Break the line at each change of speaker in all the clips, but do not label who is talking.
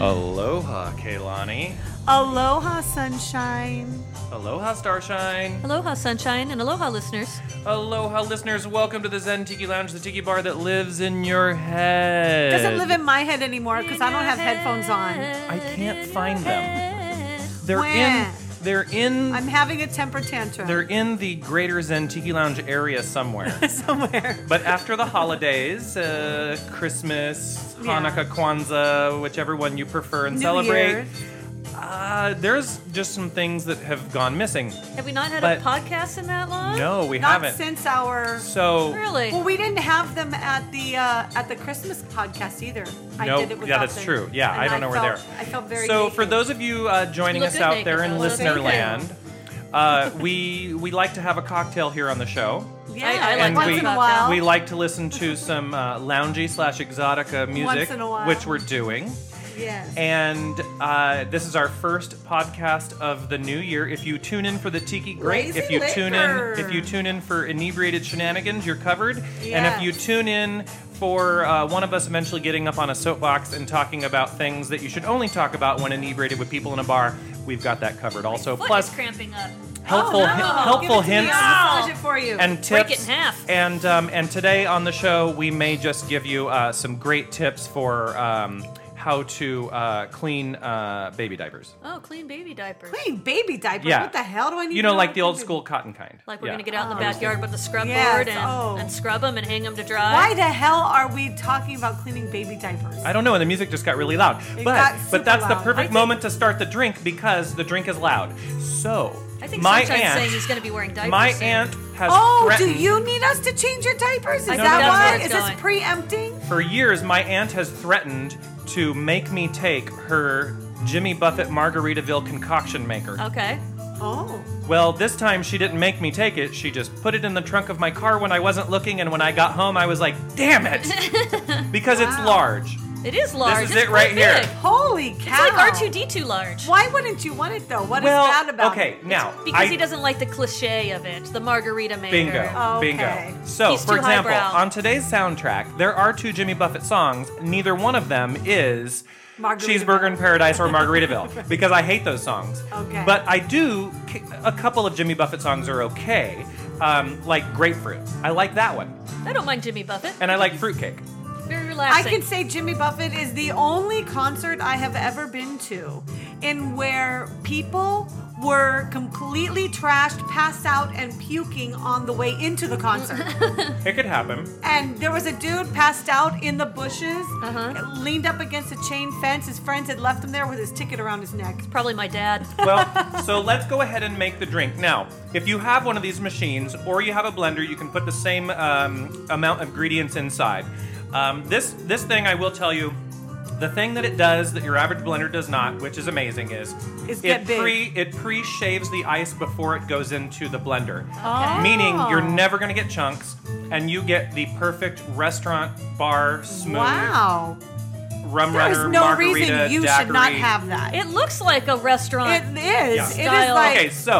Aloha, Kaylani.
Aloha, sunshine.
Aloha, Starshine.
Aloha, sunshine, and aloha, listeners.
Aloha, listeners. Welcome to the Zen Tiki Lounge, the tiki bar that lives in your head.
Doesn't live in my head anymore because I don't have headphones on.
I can't find them. They're
Where?
in. They're in.
I'm having a temper
they're
tantrum
in the Greater Zen Tiki Lounge area somewhere.
somewhere.
but after the holidays, uh, Christmas,
Yeah.
Hanukkah, Kwanzaa, whichever one you prefer and
New
celebrate,
Year's.
uh, there's just some things that have gone missing.
Have we not had
But-
a podcast in that long?
No, we
Not
haven't.
since our.
so
Really?
Well, we didn't have them at the uh, at the Christmas podcast either.
No,
I did it
yeah,
without
that's
them.
true. Yeah,
And
I don't know where
felt-
they're.
I felt very.
So,
naked.
for those of you uh, joining
You
us
look good
out
naked,
there in
though. Look
listener
naked.
land, uh, we we like to have a cocktail here on the show.
yeah,
I- I like
and
once
we,
in a while.
we like to listen to some uh, loungy slash exotica music,
in a while.
which we're doing.
yes.
And uh, this is our first podcast of the new year. If you tune in for the Tiki, great.
Lazy
if you tune
liquor.
in, if you tune in for inebriated shenanigans, you're covered. And if
Yes.
you tune in for uh, one of us eventually getting up on a soapbox and talking about things that you should only talk about when inebriated with people in a bar, we've got that covered. Also,
Foot
plus
is cramping up.
helpful
Oh, no.
helpful
Give it to me. Oh.
hints
I'll massage it for you.
and tips.
Break it in half.
And um, and today on the show, we may just give you uh, some great tips for um, how to uh, clean uh, baby diapers.
Oh, clean baby diapers.
Clean baby diapers.
Yeah.
What the hell do I need?
You
to
know, like
what
the
to
old
do?
school cotton kind.
Like we're
Yeah.
gonna get out in the backyard with the scrub
Yes,
board and,
oh.
and scrub them and hang them to dry.
Why the hell are we talking about cleaning baby diapers?
I don't know, and the music just got really loud.
It
but
got super
but that's the
loud. I
perfect
did-
moment to start the drink because the drink is loud. So
I think
my
Sunshine's saying
aunt,
he's gonna be wearing diapers.
my
soon.
aunt has
Oh, do
threatened
you need us to change your diapers? Is
I think
that
that's where
why?
it's
Is
going.
this preempting?
for years. My aunt has threatened to make me take her Jimmy Buffett Margaritaville concoction maker.
Okay.
Oh.
Well, this time she didn't make me take it. She just put it in the trunk of my car when I wasn't looking, and when I got home, I was like, damn it! Because it's large.
It is large.
is
It's
it right
quite
here.
big.
Holy
It's
cow.
like R two D two large.
Why wouldn't you want it though? What is
well,
bad about
okay,
it?
now.
Because
I-
he doesn't like the cliche of it, the margarita maker.
Bingo.
Okay.
Bingo. So,
Oh, He's
for
too
example,
highbrow.
on today's soundtrack, there are two Jimmy Buffett songs. Neither one of them is
Margaritaville.
Cheeseburger in Paradise or Margaritaville because I hate those songs.
Okay.
But I do, a couple of Jimmy Buffett songs are okay, um, like Grapefruit. I like that one.
I don't mind Jimmy Buffett.
And I like Fruitcake.
Very
I
relaxing.
can say Jimmy Buffett is the only concert I have ever been to in where people were completely trashed, passed out, and puking on the way into the concert.
It could happen.
and there was a dude passed out in the bushes,
Uh-huh.
leaned up against a chain fence. His friends had left him there with his ticket around his neck.
Probably my dad.
well, so let's go ahead and make the drink. Now, if you have one of these machines or you have a blender, you can put the same um, amount of ingredients inside. Um, this this thing, I will tell you, the thing that it does that your average blender does not, which is amazing, is
Is get
it
big.
pre it pre shaves the ice before it goes into the blender,
Oh.
meaning you're never gonna get chunks, and you get the perfect restaurant bar smooth
Wow.
rum
There is
runner
no
margarita
reason you should not
daiquiri.
have that.
It looks like a restaurant.
It is.
Yeah.
It is
Style.
like.
Okay, so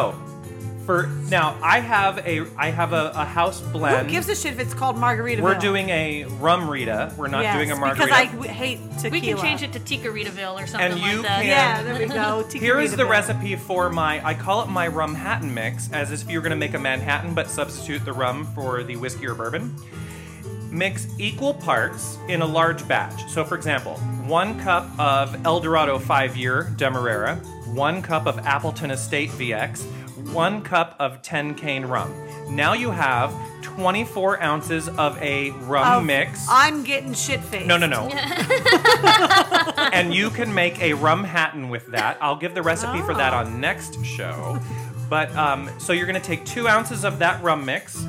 for now, I have a I have a, a house blend.
Who gives a shit if it's called margarita?
We're doing a rum rita. We're not doing a margarita.
because I w- hate tequila.
we can change it to Ticaritaville or something
And you
like that.
can-
Yeah, there we go. Tequila
Here is the
bill.
recipe for my I call it my rum hatton mix, as if you're gonna make a Manhattan but substitute the rum for the whiskey or bourbon. Mix equal parts in a large batch. So, for example, one cup of El Dorado 5 year Demerara, one cup of Appleton Estate VX, one cup of 10 cane rum. Now you have 24 ounces of a rum
Of-
mix.
I'm getting shit faced.
No, no, no. and you can make a rum hatton with that. I'll give the recipe for that on next show. But um, so you're going to take two ounces of that rum mix,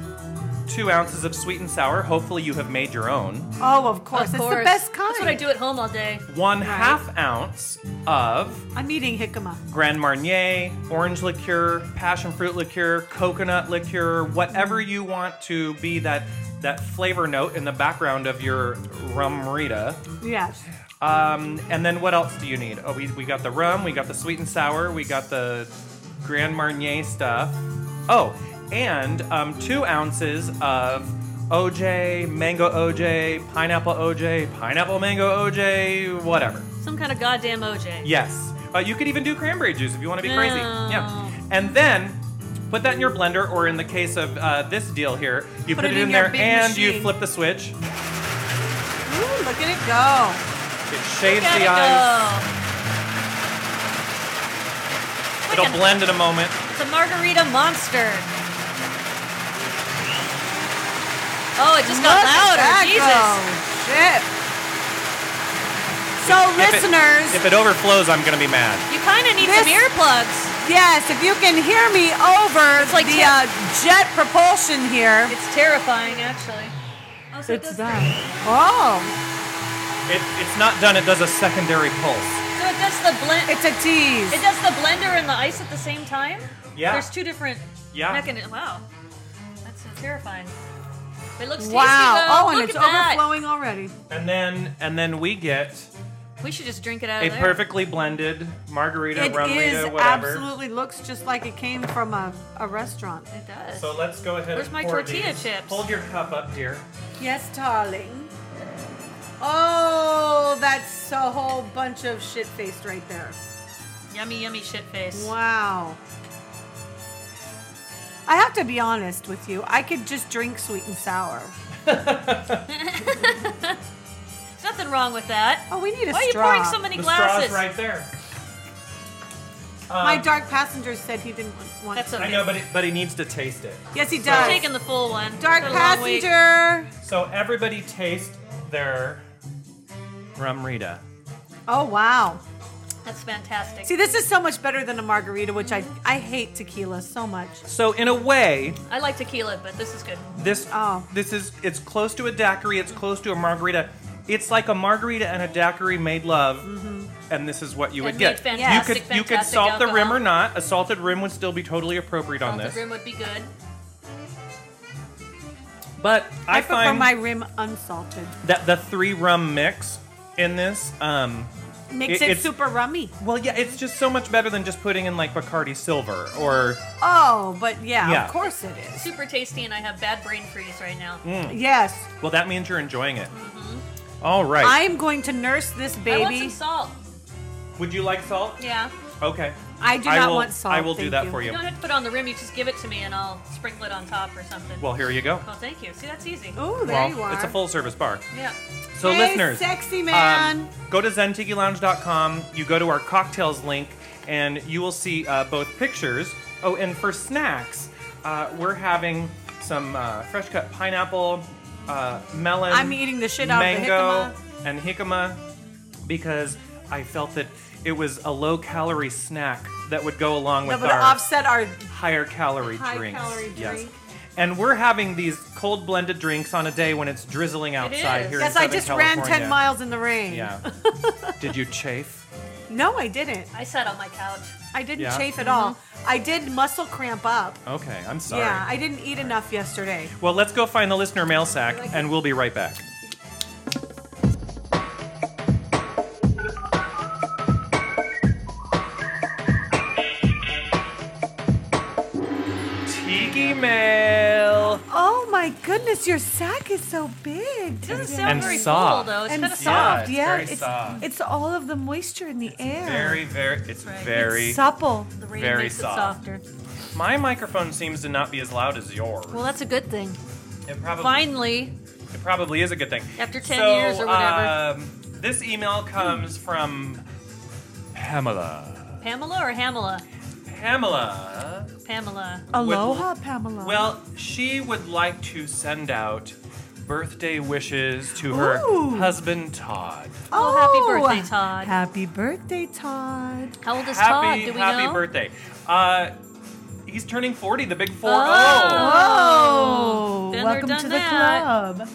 two ounces of sweet and sour. Hopefully, you have made your own.
Oh, of course.
Of course.
It's the best kind.
That's what I do at home all day.
One half ounce of
I'm eating jicama.
Grand Marnier, orange liqueur, passion fruit liqueur, coconut liqueur, whatever you want to be that that flavor note in the background of your rum rita.
Yes.
Um, and then what else do you need? Oh, we, we got the rum, we got the sweet and sour, we got the Grand Marnier stuff. Oh, and um, two ounces of OJ, mango OJ, pineapple OJ, pineapple mango OJ, whatever.
Some kind of goddamn OJ.
Yes. Uh, you could even do cranberry juice if you want to be crazy.
No.
Yeah. And then put that in your blender, or in the case of uh, this deal here, you put, it, in,
your
there
big
and you
machine.
flip the switch.
Ooh, look at it go.
It shades
Gotta
the eyes.
go. Like
It'll
a-
blend in a moment.
It's a margarita monster. Oh, it just got
Look at
louder.
that
Jesus.
go. Shit. So,
If it-
listeners,
if it overflows, I'm gonna be mad.
You kind of need
This-
some earplugs.
yes, if you can hear me over
It's like
the
tip-
uh, jet propulsion here,
It's terrifying, actually. Oh, so it does The,
Oh,
It, it's not done. It does a secondary pulse.
so it does the blend.
it's a tease.
It does the blender and the ice at the same time.
Yeah.
There's two different.
Yeah.
Mechan- wow. That's so terrifying. It looks tasty
wow.
though.
Oh, and
Look
it's
at that.
overflowing already.
And then and then we get
We should just drink it out
a
of there.
perfectly blended margarita,
It
rumrita,
is
whatever.
absolutely looks just like it came from a, a restaurant.
It does.
So let's go ahead.
Where's
and
my
pour
tortilla
these.
chips?
Hold your cup up, dear.
Yes, darling. Oh, that's a whole bunch of shit faced right there.
yummy, yummy shit face.
Wow. I have to be honest with you. I could just drink sweet and sour.
There's nothing wrong with that.
Oh, we need a
Why are you
straw.
pouring so many
The
glasses?
straw's right there.
My
Um,
dark passenger said he didn't want.
That's okay.
I know, but it, but he needs to taste it.
yes, he
I'm
does.
taking the full one.
dark
It's been a long week.
passenger.
So everybody taste their rumrita.
Oh wow.
That's fantastic.
See, this is so much better than a margarita, which I I hate tequila so much.
So in a way,
I like tequila, but this is good.
this
Oh.
this is it's close to a daiquiri. It's close to a margarita. It's like a margarita and a daiquiri made love,
Mm-hmm.
and this is what you
And
would
made
get. you
fantastic,
could you could
fantastic
salt the rim
alcohol.
or not. A salted rim would still be totally appropriate on
Salted
this.
rim would be good.
But I,
prefer
find
my rim unsalted.
that the three rum mix in this, um,
Makes
It-
it,
it's-
super rummy.
well, yeah, it's just so much better than just putting in like Bacardi Silver or
Oh, but yeah,
Yeah.
of course it is.
Super tasty, and I have bad brain freeze right now.
Mm. Hmm.
Yes,
well, that means you're enjoying it.
Mm-hmm.
All right.
I am going to nurse this
I want some
baby.
salt.
Would you like salt?
Yeah.
Okay.
I do
I
not
will,
want salt.
I will do
thank
that
you.
for
You
you.
don't have to put it on the rim. You just give it to me, and I'll sprinkle it on top or something.
Well, here you go.
Well, Oh, thank you. See, that's easy.
Oh, there
well,
you are.
it's a full service bar.
Yeah.
So,
Hey,
listeners,
sexy
um,
man.
go to zentikilounge.com. You go to our cocktails link, and you will see uh, both pictures. Oh, and for snacks, uh, we're having some uh, fresh cut pineapple, uh, melon.
I'm eating the shit out of the
mango, and jicama because I felt that it was a low calorie snack that would go along
that
with
would
our
offset our.
higher calorie
High
drinks.
calorie
yes.
drink.
And we're having these cold blended drinks on a day when it's drizzling outside
is.
here in
Yes, I
Southern
just
California.
ran ten miles in the rain.
Yeah. Did you chafe?
No, I didn't.
I sat on my couch.
I didn't
Yeah.
chafe at all.
Mm-hmm.
I did muscle cramp up.
Okay, I'm sorry.
Yeah, I didn't eat enough yesterday.
well, let's go find the listener mail sack,
Like-
and we'll be right back. Tiki mail.
Oh my goodness, your sack is so big.
It doesn't
Tessa.
sound
And
very
soft.
full though. It's
and
kind of soft.
soft.
it's
Yeah,
very soft.
it's all of the moisture in the air.
Very, very. It's
right.
very.
supple.
The rain
Very
makes
soft.
it softer.
My microphone seems to not be as loud as yours.
Well, that's a good thing.
it probably
Finally,
it probably is a good thing.
After 10
So,
years or whatever.
Um, this email comes from Pamela.
Pamela or Hamela?
Pamela.
Pamela.
Aloha, Pamela.
Well, she would like to send out birthday wishes to her
Ooh.
husband Todd.
Oh, happy birthday, Todd.
Happy birthday, Todd.
How old is
happy
Todd? Do we
happy
know?
birthday. Uh, he's turning 40, the big 4
Oh.
Oh,
Been there,
welcome
done
to the
that.
club.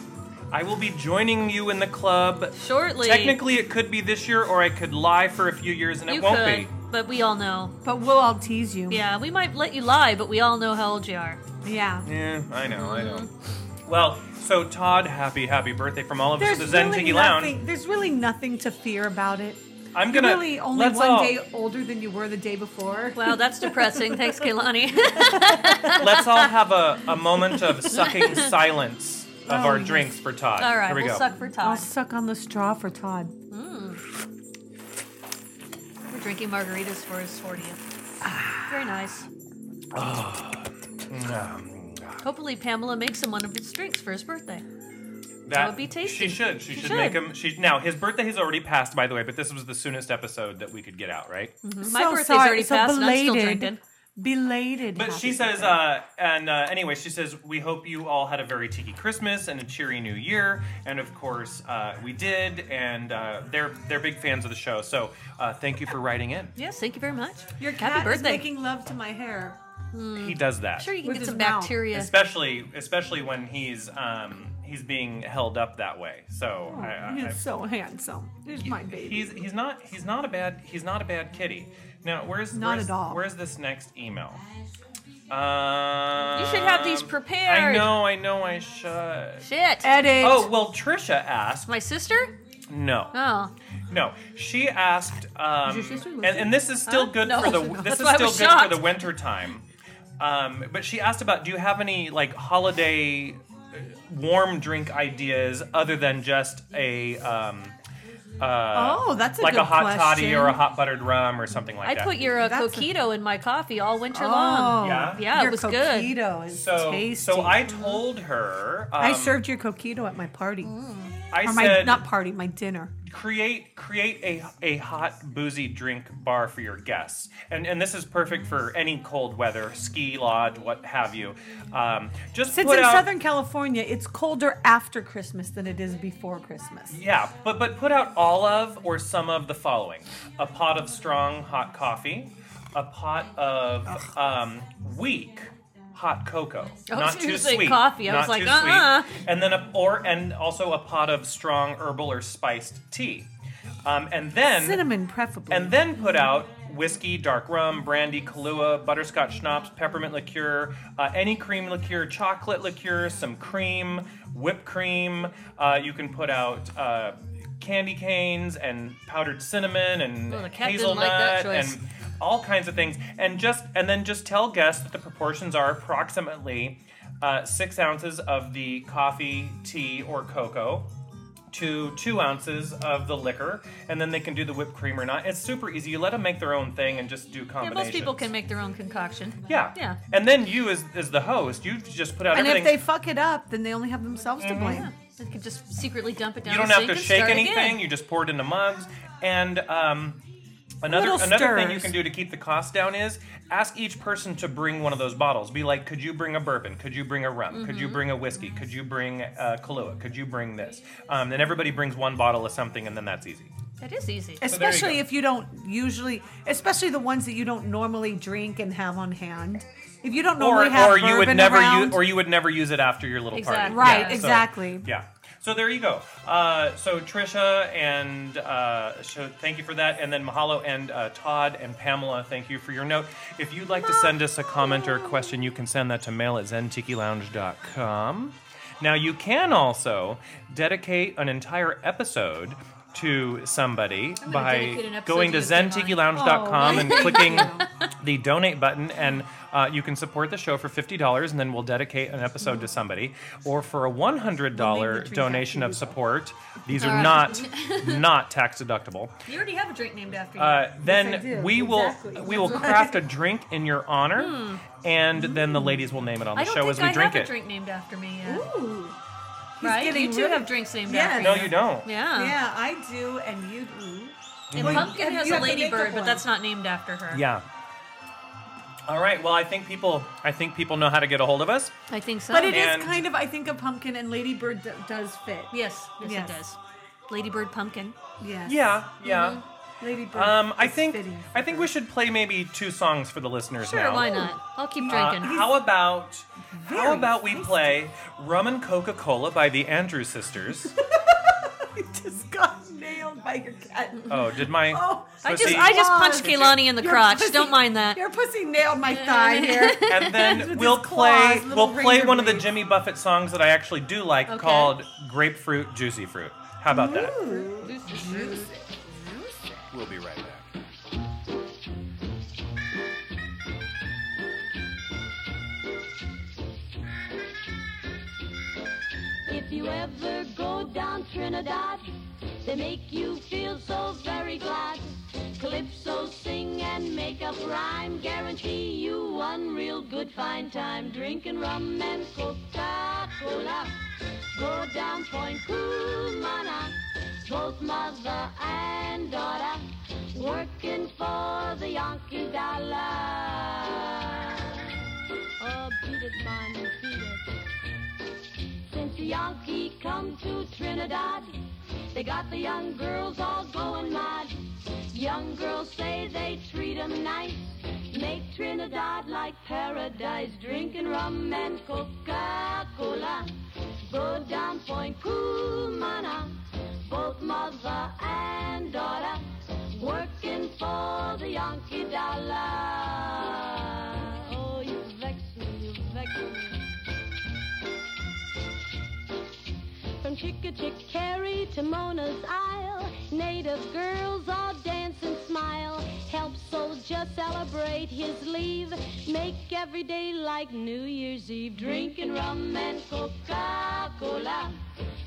I will be joining you in the club.
Shortly.
Technically, it could be this year, or I could lie for a few years and
you
it won't
could,
be.
but we all know.
But we'll all tease you.
Yeah, we might let you lie, but we all know how old you are.
Yeah.
Yeah, I know, I know. Well, so Todd, happy, happy birthday from all of us
There's
at the Zen
really,
Tiki
nothing,
Lounge.
there's really nothing to fear about it.
I'm
You're
gonna
really only
let's
one
all,
day older than you were the day before.
Wow, that's depressing. Thanks, Kaylani.
let's all have a, a moment of sucking silence of
Oh,
our
yes.
drinks for Todd.
all right,
here we
we'll
go.
suck for
I'll
Todd.
suck on the straw for Todd.
drinking margaritas for his 40th. Very nice. Hopefully, Pamela makes him one of his drinks for his birthday. would be tasty.
She should. She,
She
should,
should.
make him. She now his birthday has already passed, by the way, but this was the soonest episode that we could get out, right?
Mm-hmm.
My
so
birthday's
sorry.
already
so
passed, and I'm
belated,
still drinking.
Belated.
But
happy
she says,
birthday.
uh, and uh, anyway, she says, we hope you all had a very tiki Christmas and a cheery New Year, and of course, uh, we did. And uh, they're they're big fans of the show, so uh, thank you for writing in.
Yes, thank you very much.
"Your cat
Happy
is
birthday.
making love to my hair."
He does that,
sure, you can
With
get
his
some
mouth.
bacteria.
especially especially when he's um, he's being held up that way. So I, I, I,
He's so handsome. He's my baby.
he's he's not he's not a bad he's not a bad kitty. Now where's
Not
where's,
at all.
Where's this next email? Um,
You should have these
I
prepared.
know, I know, I should.
Shit.
Edit.
Oh well, Trisha asked.
My sister?
No,
Oh.
no. She asked, um,
Is your sister
and,
listening?
and this is still
Huh?
good
No,
for the
no,
this
that's
is
why I
still
was
good
shocked.
for the winter time. Um, but she asked about, do you have any like holiday uh, warm drink ideas other than just a um, uh,
Oh, that's a
like
good
a hot toddy
question.
or a hot buttered rum or something like
I
that.
put your uh,
That's a-
coquito in my coffee all winter
Oh,
long.
Yeah?
Yeah, it
your
was good.
coquito is
so
tasty.
so I told her um,
I served your coquito at my party.
Mm.
I
or my
said
not party, my dinner.
create create a a hot boozy drink bar for your guests and and this is perfect for any cold weather ski lodge what have you um, just
Since
put
in
out
Southern California, it's colder after Christmas than it is before Christmas.
yeah but but put out all of or some of the following a pot of strong hot coffee a pot of um, weak hot cocoa
I was
not
gonna
too
say
sweet
coffee. I
not
was like,
too
uh-uh.
sweet and then a, or and also a pot of strong herbal or spiced tea um, and then
Cinnamon, preferably.
and then put out whiskey, dark rum, brandy, Kahlua, butterscotch schnapps, peppermint liqueur, uh, any cream liqueur, chocolate liqueur, some cream, whipped cream. Uh, you can put out uh, candy canes and powdered cinnamon and
Oh, the cat didn't
hazelnut
like that choice.
and all kinds of things. And just and then just tell guests that the proportions are approximately uh, six ounces of the coffee, tea, or cocoa to two ounces of the liquor, and then they can do the whipped cream or not. It's super easy. You let them make their own thing and just do
Yeah,
combinations.
most people can make their own concoction.
Yeah.
Yeah.
And then you, as, as the host, you just put out
And if
everything. Mm-hmm.
they fuck it up, then they only have themselves to blame.
They could just secretly dump it down
you don't
the
have
sink
to
and
shake
start
anything.
again.
You just pour it into mugs. And um, another
Little
another thing
stirs.
you can do to keep the cost down is ask each person to bring one of those bottles. Be like, could you bring a bourbon? Could you bring a rum? Could
Mm-hmm.
you bring a whiskey? Could you bring uh, Kahlua? Could you bring this? Um, then everybody brings one bottle of something, and then that's easy.
That is easy.
there you
Especially
go.
if you don't usually, especially the ones that you don't normally drink and have on hand. If you don't normally
or,
have
or
bourbon
you would never
around,
use or you would never use it after your little party
Exactly.
right,
Yeah, so-
exactly.
yeah so there you go uh, so trisha and uh, so thank you for that and then mahalo and uh, todd and pamela thank you for your note if you'd like to send us a comment or a question you can send that to mail at zentikilounge.com now you can also dedicate an entire episode to somebody
dedicate an
by
episode
going to
to you, Caroline.
zentikilounge.com
Oh,
and
thank
clicking
you.
the donate button, and uh, you can support the show for fifty dollars, and then we'll dedicate an episode to somebody. Or for a one hundred dollar
drink
donation of support, these are
Alright.
not not tax deductible.
You already have a drink named after you.
Uh,
Yes, I do.
then we will
Exactly.
we will craft a drink in your honor, and then the ladies will name it on the
I don't
show
think
as we
I
drink
have
it.
a drink named after me yet.
Ooh. He's
right?
getting
You two
rid
have
of-
drinks named
Yes.
after
No,
you.
you don't.
Yeah.
Yeah, I do, and you do.
And
Well,
Pumpkin
you-
has
you
a
have to make up
ladybird, but
one.
that's not named after her.
Yeah. All right. Well, I think people I think people know how to get a hold of us.
I think so.
But it is
And-
kind of, I think, a pumpkin, and Ladybird d- does fit.
Yes, yes,
Yes.
it does. Ladybird pumpkin.
Yes.
Yeah. Yeah.
Ladybird.
Um, I
is
think
fitting.
I think we should play maybe two songs for the listeners
Sure,
now.
why not? I'll keep
Uh,
drinking.
how about how
very
about we play Rum and Coca Cola by the Andrews Sisters?
You just got nailed by your cat.
oh, did my
Oh,
so
I just
see,
I just
Wow.
punched Kehlani in the
Your
crotch.
pussy-
Don't mind that.
Your pussy nailed my thigh here.
and then
with
we'll
his
play
claws, little
we'll play
razor
one of the
blades.
Jimmy Buffett songs that I actually do like
Okay.
called Grapefruit Juicy Fruit. How about that? We'll be right back.
If you ever go down Trinidad, they make you feel so very glad. Calypso of rhyme. Guarantee you one real good fine time. Drinking rum and Coca-Cola. Go down Point Kumana. Both mother and daughter. Working for the Yankee dollar. Oh, beat it, man, beat it. Since the Yankee come to Trinidad, they got the young girls all going mad. Young girls say they treat 'em nice, make Trinidad like paradise. Drinking rum and Coca-Cola, go down Point Cumana. Both mother and daughter working for the Yankee dollar. Oh, you vex me, you vex me. From Chickachickaree to Mona's Isle, native girls all dance and smile. Help soldier celebrate his leave, make every day like New Year's Eve. Drinking rum and Coca-Cola,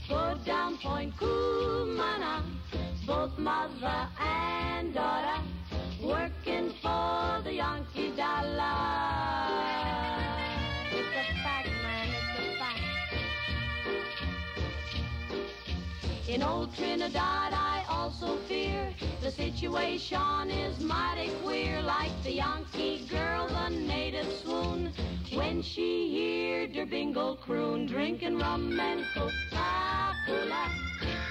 go down Point Kumana. Both mother and daughter, working for the Yankee dollar. It's a fact, man, it's a fact. In old Trinidad, I also fear the situation is mighty queer. Like the Yankee girl, the native swoon, when she heard her bingle croon, drinking rum and Coca-Cola.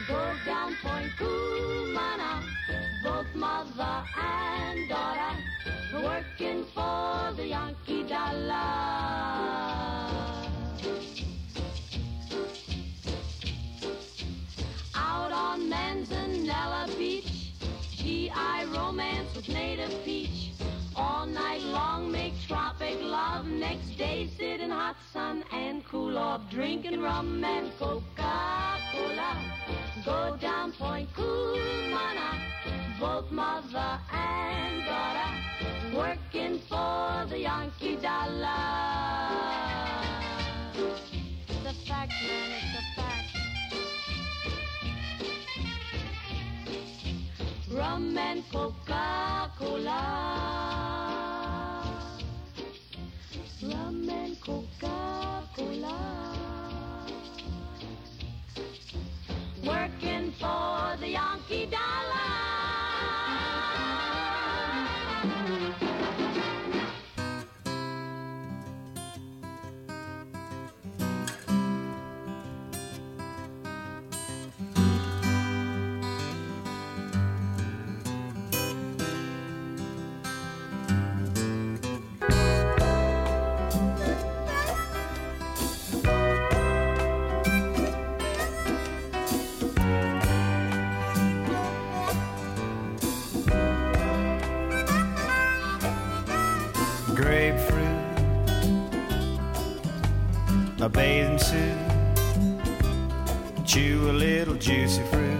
Go down Point Cumana, both mother and daughter, working for the Yankee dollar. out on Manzanella Beach. GI romance with native peach. All night long make tropic love. Next day sit in hot sun and cool off. Drinking rum and Coca-Cola. Go down Point Cumana. Both mother and daughter working for the Yankee dollar. It's a fact, man, it's a fact. rum and Coca-Cola. Rum and Coca-Cola. Working for the Yankee dollar.
grapefruit, a bathing suit, chew a little juicy fruit,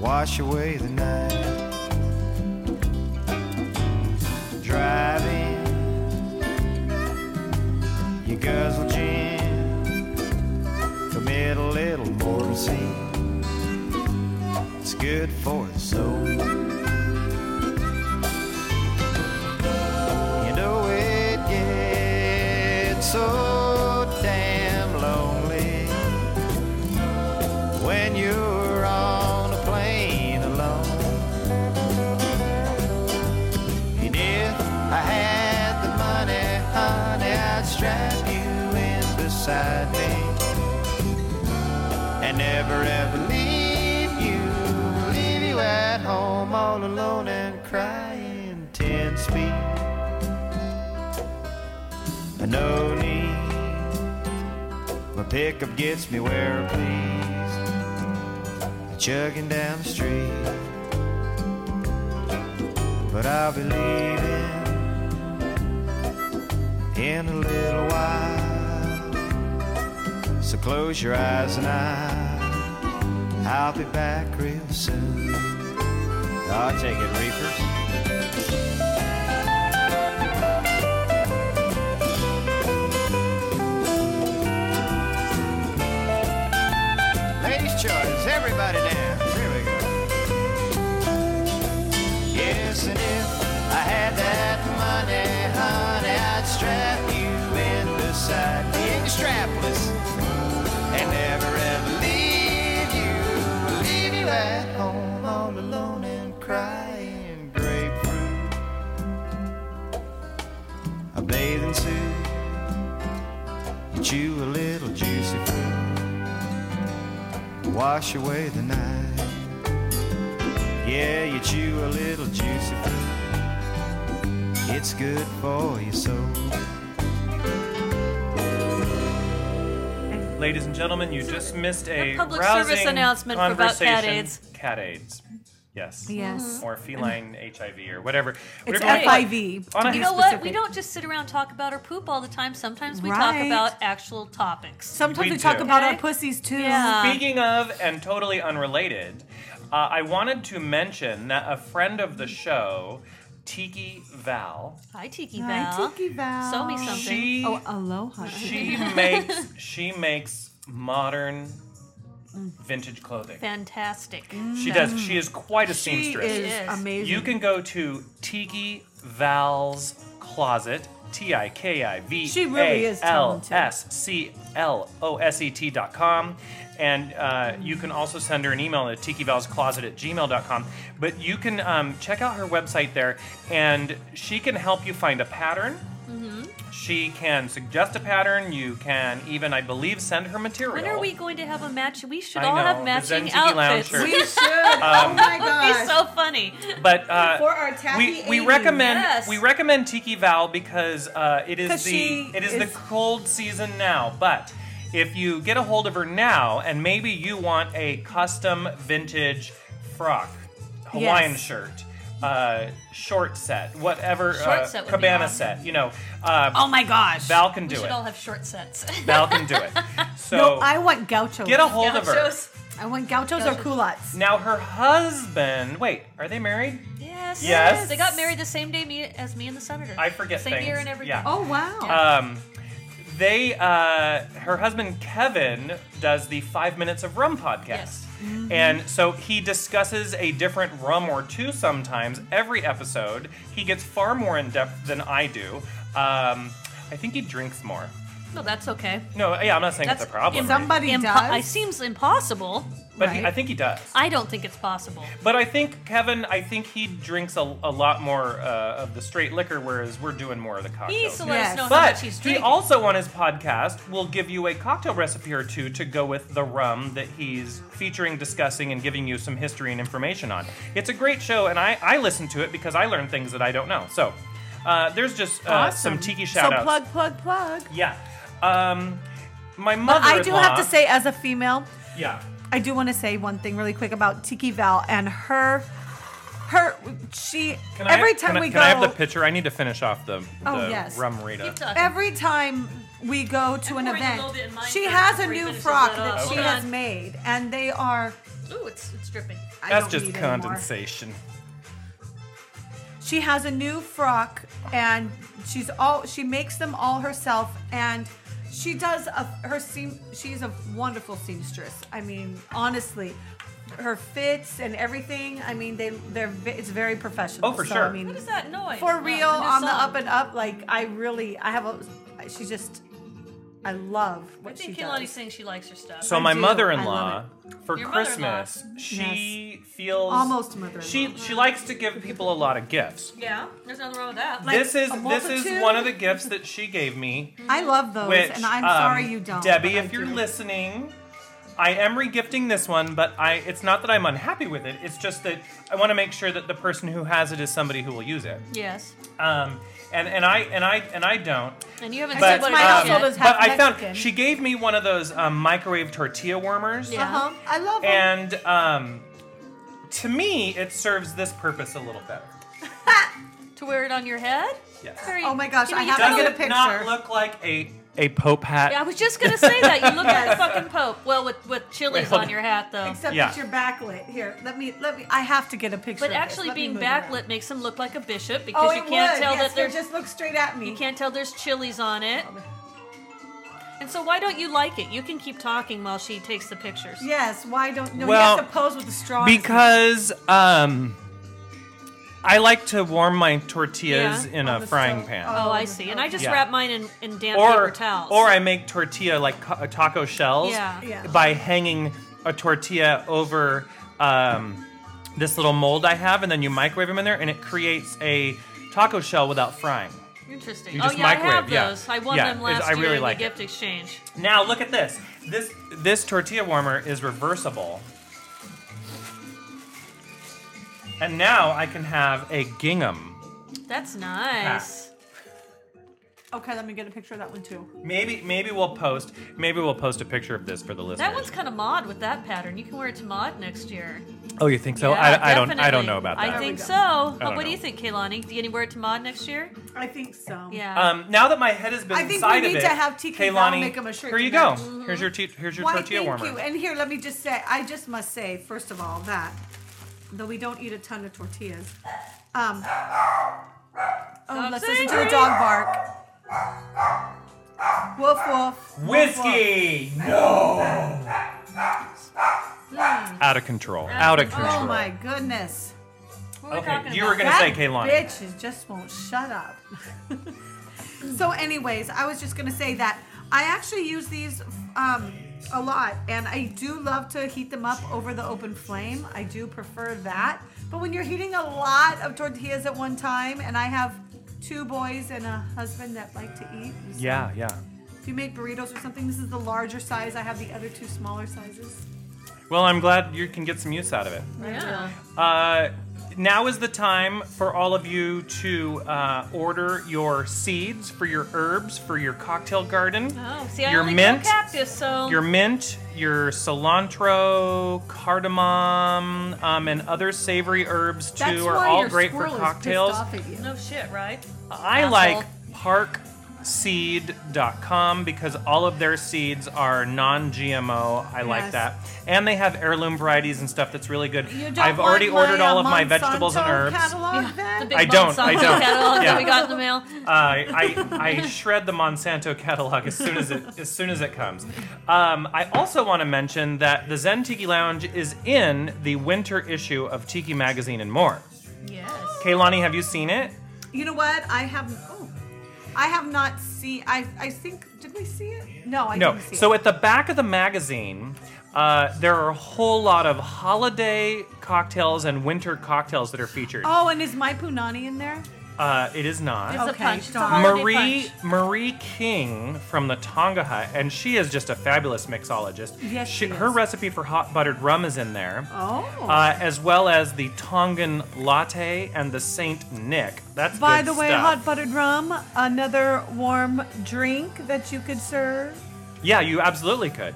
wash away the night. Driving, you guzzle gin, commit a little mortal sin. It's good for the soul. You know it gets so damn lonely when you're on a plane alone. And if I had the money, honey, I'd strap you in beside me and never ever leave you, leave you at home all alone and crying ten speed no need. My pickup gets me where I please. Chugging down the street, but I'll be leaving in a little while. So close your eyes and I, I'll be back real soon. I'll take it, reapers. Ladies' choice, everybody dance. Here we go. Yes, and if a bathing suit, chew a little juicy fruit, wash away the night. Yeah, you chew a little juicy fruit, it's good for your soul.
Ladies and gentlemen, you just missed a
A public
rousing
service announcement for about cat
conversation-
aids.
Cat AIDS. Yes.
Yes.
Or feline HIV or whatever.
It's
Whatever you want.
FIV.
On
to
a-
be
You know what? We
specific.
don't just sit around and talk about our poop all the time. Sometimes we
Right.
talk about actual topics.
Sometimes
We
we, talk
do.
about
Okay.
our pussies too.
Yeah.
Speaking of and totally unrelated, uh, I wanted to mention that a friend of the show, Tiki Val,
Hi, Tiki
Hi,
Val.
Tiki Val.
Sew me something.
she
Oh, aloha.
she makes she makes modern vintage clothing.
Fantastic.
She does. She is quite a seamstress.
is,
Yes.
amazing.
You can go to Tiki Val's Closet, T I K I V
She really
A
is
L
talented.
S C L O S E T dot com. And uh, you can also send her an email at tikivalscloset at gmail.com. But you can um, check out her website there, and she can help you find a pattern.
Mm-hmm.
She can suggest a pattern. You can even, I believe, send her material.
When are we going to have a match? We should
I
all
know, the
have matching
Zen Tiki Lounge
outfits.
shirt.
we should.
Um,
oh my
That'd
gosh.
be so funny.
But uh,
For our tacky
we, we
80s.
recommend
Yes.
we recommend Tiki Val because uh, it is
'Cause
the
she
it is, the
is-
cold season now. But if you get a hold of her now, and maybe you want a custom vintage frock, Hawaiian
Yes.
shirt, uh, short set, whatever,
Short
uh,
set would be
cabana
awesome.
set, you know, uh,
oh my gosh.
Val can
We
do
should
it.
all have short sets.
Val can do it. So
no, I want gauchos.
get a hold of her.
Gauchos.
I want gauchos, or
Gauchos.
culottes.
Now her husband. Wait, are they married?
Yes.
Yes.
They got married the same day me, as me and the senator.
I forget
Same
things.
year and everything.
Yeah.
Oh wow.
Um, they, uh, her husband Kevin does the Five Minutes of Rum podcast.
Yes.
And so he discusses a different rum or two sometimes every episode. He gets far more in depth than I do. Um, I think he drinks more.
No, that's okay.
No, yeah, I'm not saying it's
That's
a problem.
some- Somebody
Impo-
does?
It seems impossible.
but he,
right.
I think he does.
I don't think it's possible.
But I think Kevin, I think he drinks a, a lot more uh, of the straight liquor, whereas we're doing more of the cocktails.
He needs to let
Yes.
us know how
But
much he's
he
drinking.
also on his podcast will give you a cocktail recipe or two to go with the rum that he's featuring, discussing, and giving you some history and information on. It's a great show, and I, I listen to it because I learn things that I don't know. So uh, there's just uh, some tiki shout
So
outs.
plug, plug, plug.
yeah. Um, my
But
mother.
I do have to say, as a female,
Yeah.
I do want to say one thing really quick about Tiki Val and her. Her, she.
Can
every
I,
time
can I-
we
can
go,
I have the picture? I need to finish off the,
Oh,
the
yes.
rum rita.
Keep talking.
every time we go to an
I'm pouring a
event,
little bit in mine
she
first
has a
before you
new
finish
frock
that
that
off.
she
Okay.
has made, and they are.
Ooh, it's it's dripping.
I
That's
don't
just
need anymore.
condensation.
She has a new frock, and she's all she makes them all herself, and she does a, her seam. She's a wonderful seamstress. I mean, honestly, her fits and everything. I mean, they they're ve- it's very professional.
Oh, for
so,
sure.
I mean,
What is that noise?
for
Oh, it's a
real
new
on the
song.
up and up. Like I really, I have a. She just, I love
I
what she
think Kehlani's
does.
saying she likes her stuff.
So
I
my
do.
mother-in-law
I
for
Your mother-in-law.
Christmas, she feels
Almost mother-in-law.
She she likes to give people a lot of gifts.
yeah, there's nothing wrong with that.
Like
this is
a
this is
multitude?
one of the gifts that she gave me.
I love those,
Which
and I'm
um,
sorry you don't.
Debbie,
but I
if you're
do.
listening, I am regifting this one, but I it's not that I'm unhappy with it. It's just that I want to make sure that the person who has it is somebody who will use it.
yes,
Um, and and I and I and I don't.
and you haven't
But,
said what
my
it is
household
yet.
is
but
half
I found
Mexican.
she gave me one of those um, microwave tortilla warmers.
Yeah.
Uh-huh. I love them.
And um, to me, it serves this purpose a little better.
to wear it on your head.
Yes.
Very-
Oh my gosh,
you know,
I
you
have to
don't-
Does
get a
it not
picture.
look like a a pope hat?
Yeah, I was just gonna say that. You look like the fucking Pope. Well, with with chilies
Well,
on your hat though.
Except
Yeah.
that you're backlit. Here, let me, let me. I have to get a picture.
but
of this.
actually,
Let me
being
move around.
backlit makes him look like a bishop because
Oh,
you
it
can't
would.
tell
yes,
that there's
they just look straight at me.
you can't tell there's chilies on it. And so, why don't you like it? You can keep talking while she takes the pictures.
Yes, why don't? No,
Well,
you have to pose with the straw.
Because um, I like to warm my tortillas
Yeah,
in
on
a
the
frying
stove.
pan.
Oh, I see. And I just
Yeah.
wrap mine in, in damp
Or,
paper towels.
or I make tortilla like ca- taco shells
Yeah.
Yeah.
by hanging a tortilla over um, this little mold I have, and then you microwave them in there, and it creates a taco shell without frying.
Interesting.
You
Oh
just
yeah, I
microwave,
have
yeah.
those. I won
Yeah,
them
is-
last
I
year
really
in
like
the
it.
gift exchange.
Now look at this. This this tortilla warmer is reversible. And now I can have a gingham.
That's nice.
Ah,
Okay, let me get a picture of that one too.
Maybe maybe we'll post maybe we'll post a picture of this for the listeners.
That one's kind of mod with that pattern. You can wear it to mod next year.
oh, you think so?
Yeah,
I, I don't I don't
definitely.
know about that.
I think
There we
so.
go.
I
what
don't
do you
know.
think, Kaylani? Do you wear it to mod next year?
I think so.
Yeah.
um, now that my head has been
I think we
inside of
need
it,
to have TK Val
Kehlani,
make him a shirt
Here you go.
tonight.
Here's your te- here's your
Why,
tortilla
thank
warmer.
you. And here, let me just say, I just must say, first of all, that though we don't eat a ton of tortillas, um, oh, let's listen to the
singing.
dog bark. Woof woof. woof, woof.
Whiskey, no. Out of control. Out of control.
Oh my goodness.
What were we
okay,
talking
you
about?
were gonna-
that
say, Kaylani.
Bitch is just won't shut up. so, anyways, I was just gonna say that I actually use these um, a lot, and I do love to heat them up over the open flame. I do prefer that. But when you're heating a lot of tortillas at one time, and I have two boys and a husband that like to eat,
Yeah, yeah.
if you make burritos or something, this is the larger size. I have the other two smaller sizes.
Well, I'm glad you can get some use out of it.
Yeah.
Uh, now is the time for all of you to uh, order your seeds for your herbs for your cocktail garden.
Oh, see, I
Your
only
mint-
grow cactus, so
Your mint, your cilantro, cardamom, um, and other savory herbs too
That's
are
why
all
your
great for
squirrel is pissed
cocktails.
off at you.
no shit, right?
I
Asshole.
like parkseed.com because all of their seeds are non-GMO. I like
Yes.
that. And they have heirloom varieties and stuff that's really good.
You don't
I've already
want
ordered
my,
all of
uh,
my vegetables and
Monsanto
herbs.
Catalog, then?
The big
I don't, I
Monsanto
don't.
catalog
Yeah.
that we got in the mail.
Uh, I, I, I shred the Monsanto catalog as soon as it as soon as it comes. Um, I also want to mention that the Zen Tiki Lounge is in the winter issue of Tiki Magazine and more.
Yes.
Kaylani, have you seen it?
You know what? I haven't. Oh, I have not seen. I I think did we see it? No, I
No.
didn't see
So
it.
at the back of the magazine, uh, there are a whole lot of holiday cocktails and winter cocktails that are featured.
Oh, and is my punani in there?
Uh, it is not.
It's a
Okay,
punch. It's a
darn.
holiday
Marie
punch.
Marie King from the Tonga Hut, and she is just a fabulous mixologist.
Yes, she
her
is.
recipe for hot buttered rum is in there.
Oh.
Uh, as well as the Tongan latte and the Saint Nick. That's
By
good
the way,
stuff.
hot buttered rum, another warm drink that you could serve.
Yeah, you absolutely could.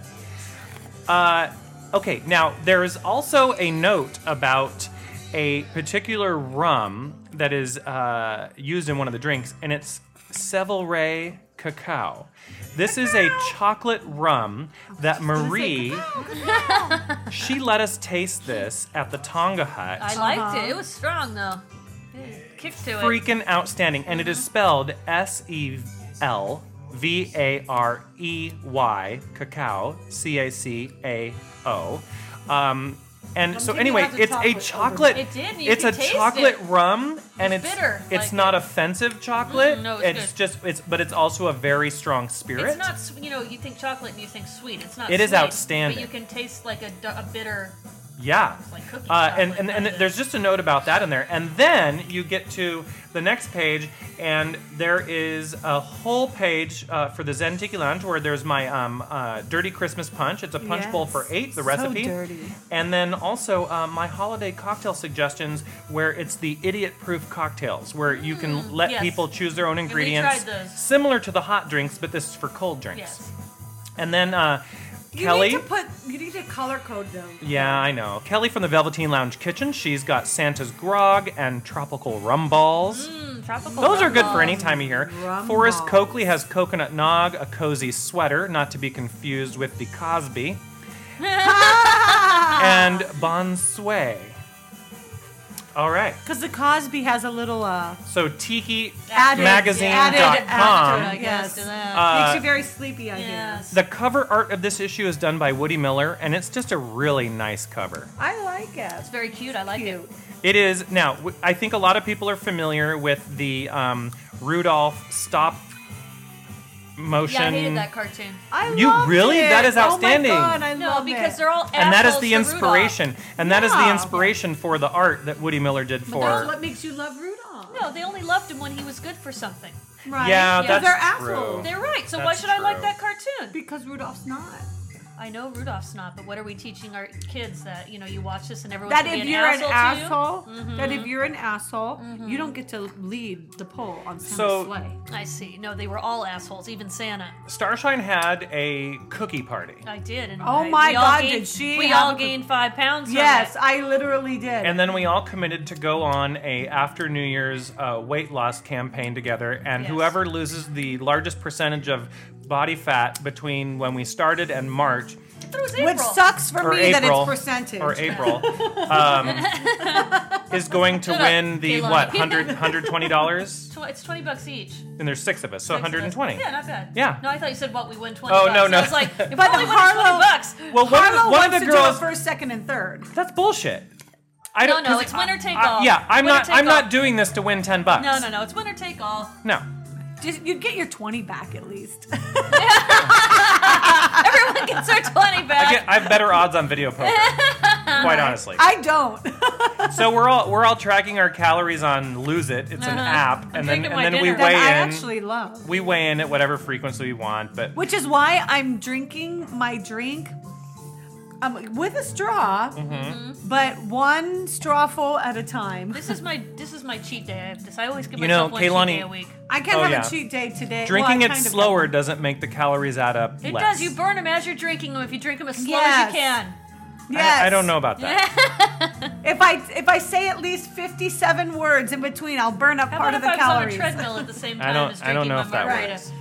Uh, okay, now there is also a note about a particular rum that is uh, used in one of the drinks, and it's Sevilleray cacao. This is a chocolate rum that Marie. she let us taste this at the Tonga Hut.
I liked it. It was strong though. Kick to it. Mm-hmm.
freaking outstanding, and it is spelled S E L V A R E Y cacao C A C A O. Um, and so
taking
anyway,
out the
it's a
chocolate
chocolate.
It did, and you
It's a
could taste
chocolate
it.
rum, and
It's
it's
bitter,
It's
like
not
it.
offensive chocolate.
Mm-mm, no, it's
it's
good.
just it's, but it's also a very strong spirit.
It's not s- you know you think chocolate and you think sweet. It's not.
It is
sweet,
outstanding.
But you can taste like a, du- a bitter.
Yeah.
like cookie
uh, and, and,
chocolate
and
kind of-
there's just a note about that in there. And then you get to the next page, and there is a whole page uh, for the Zen Tiki Lounge where there's my um, uh, Dirty Christmas Punch. It's a punch bowl
Yes.
for eight, the
So
recipe.
dirty.
And then also uh, my holiday cocktail suggestions where it's the idiot proof cocktails where you can let
yes.
people choose their own
tried
ingredients.
those.
Similar to the hot drinks, but this is for cold drinks.
Yes.
And then uh,
You
Kelly.
need to put. You need to color code them.
Yeah, I know. Kelly from the Velveteen Lounge Kitchen. She's got Santa's Grog and Tropical Rum Balls.
Mm, tropical.
Those are
rum
good for
balls.
any time of year.
Rum
Forrest
balls.
Coakley has Coconut Nog, a cozy sweater, not to be confused with the Cosby.
Ah.
and Bon Sway. All right.
Because the Cosby has a little uh,
So Tiki
added
Magazine
added
dot
after,
com.
I guess,
Yes.
to that.
Uh,
Makes you very sleepy, I guess.
yes.
The cover art of this issue is done by Woody Miller, and it's just a really nice cover.
I like it.
It's very cute. I like
Cute.
it.
It is now. w- I think a lot of people are familiar with the um, Rudolph stop motion.
Yeah, I hated that cartoon.
I
You
loved
really?
it.
That is outstanding.
Oh my God, I
No,
love
because
it.
they're all
and that is
assholes
the
to Rudolph.
inspiration, and that is the
Yeah.
inspiration for the art that Woody Miller did
That's
for.
what makes you love Rudolph.
No, they only loved him when he was good for something.
Right.
Yeah,
Yeah.
that's
they're
true.
assholes.
They're right. So why
That's
should I like
true.
that cartoon?
because Rudolph's not.
I know Rudolph's not, but what are we teaching our kids that you know you watch this and everyone
That
should be
if
an
you're an
asshole, to you? Mm-hmm.
asshole, that if you're an asshole, you don't get to lead the poll on Santa's
So-
sleigh.
I see. No, they were all assholes, even Santa.
Starshine had a cookie party.
I did. And
Oh
I-
my
we all
God,
gained-
did she
We
have
all
a-
gained five pounds. from
Yes,
it.
I literally did.
And then we all committed to go on a after New Year's uh, weight loss campaign together, and
Yes.
whoever loses the largest percentage of body fat between when we started and March
I thought it was
Which
April.
sucks for
or
me
April
that it's percentage.
or April um, is going to
Shut up,
win the
Kayla.
what 100 120 dollars,
Tw- it's twenty bucks each.
and there's six of us, so
Six of us.
120.
Yeah, not bad.
Yeah.
No, I thought you said what we win twenty.
Oh,
bucks.
no, no.
I was like, if
But
only
the
we win
Harlow-
twenty bucks.
Well, one, of the-
Harlow
one
wants
of the
to do a
girls.
first, second, and third.
That's bullshit. I
No,
don't.
no,
'cause
it's winner take
I-
all.
yeah, I'm
Winner
not.
take
I'm
all.
not doing this to win ten bucks.
No, no, no. It's winner take all.
no.
Just you'd get your twenty back at least.
Everyone gets their twenty back.
I, get, I have better odds on video poker. quite honestly.
I don't.
So we're all we're all tracking our calories on Lose It. It's an
Uh-huh.
app,
I'm
and then
drinking
and
my
then we
dinner.
that
weigh in.
I actually love.
we weigh in at whatever frequency we want, but
Which is why I'm drinking my drink um, with a straw,
Mm-hmm.
but one strawful at a time.
This is my this is my cheat day. I have this. I always give
You know,
myself one
Kehlani-
cheat day a week.
I can't
Oh,
have
yeah.
a cheat day today. Well,
drinking
I
it
kind of-
slower doesn't make the calories add up.
It
less.
does. You burn them as you're drinking them. If you drink them as slow as
Yes.
you can.
I,
Yes.
I don't know about that.
If I if I say at least fifty-seven words in between, I'll burn up
How
part
about
of
if
the
I was on a
calories.
treadmill at the same time
I don't-
as
I
drinking
don't know
my
if that
margarita?
works.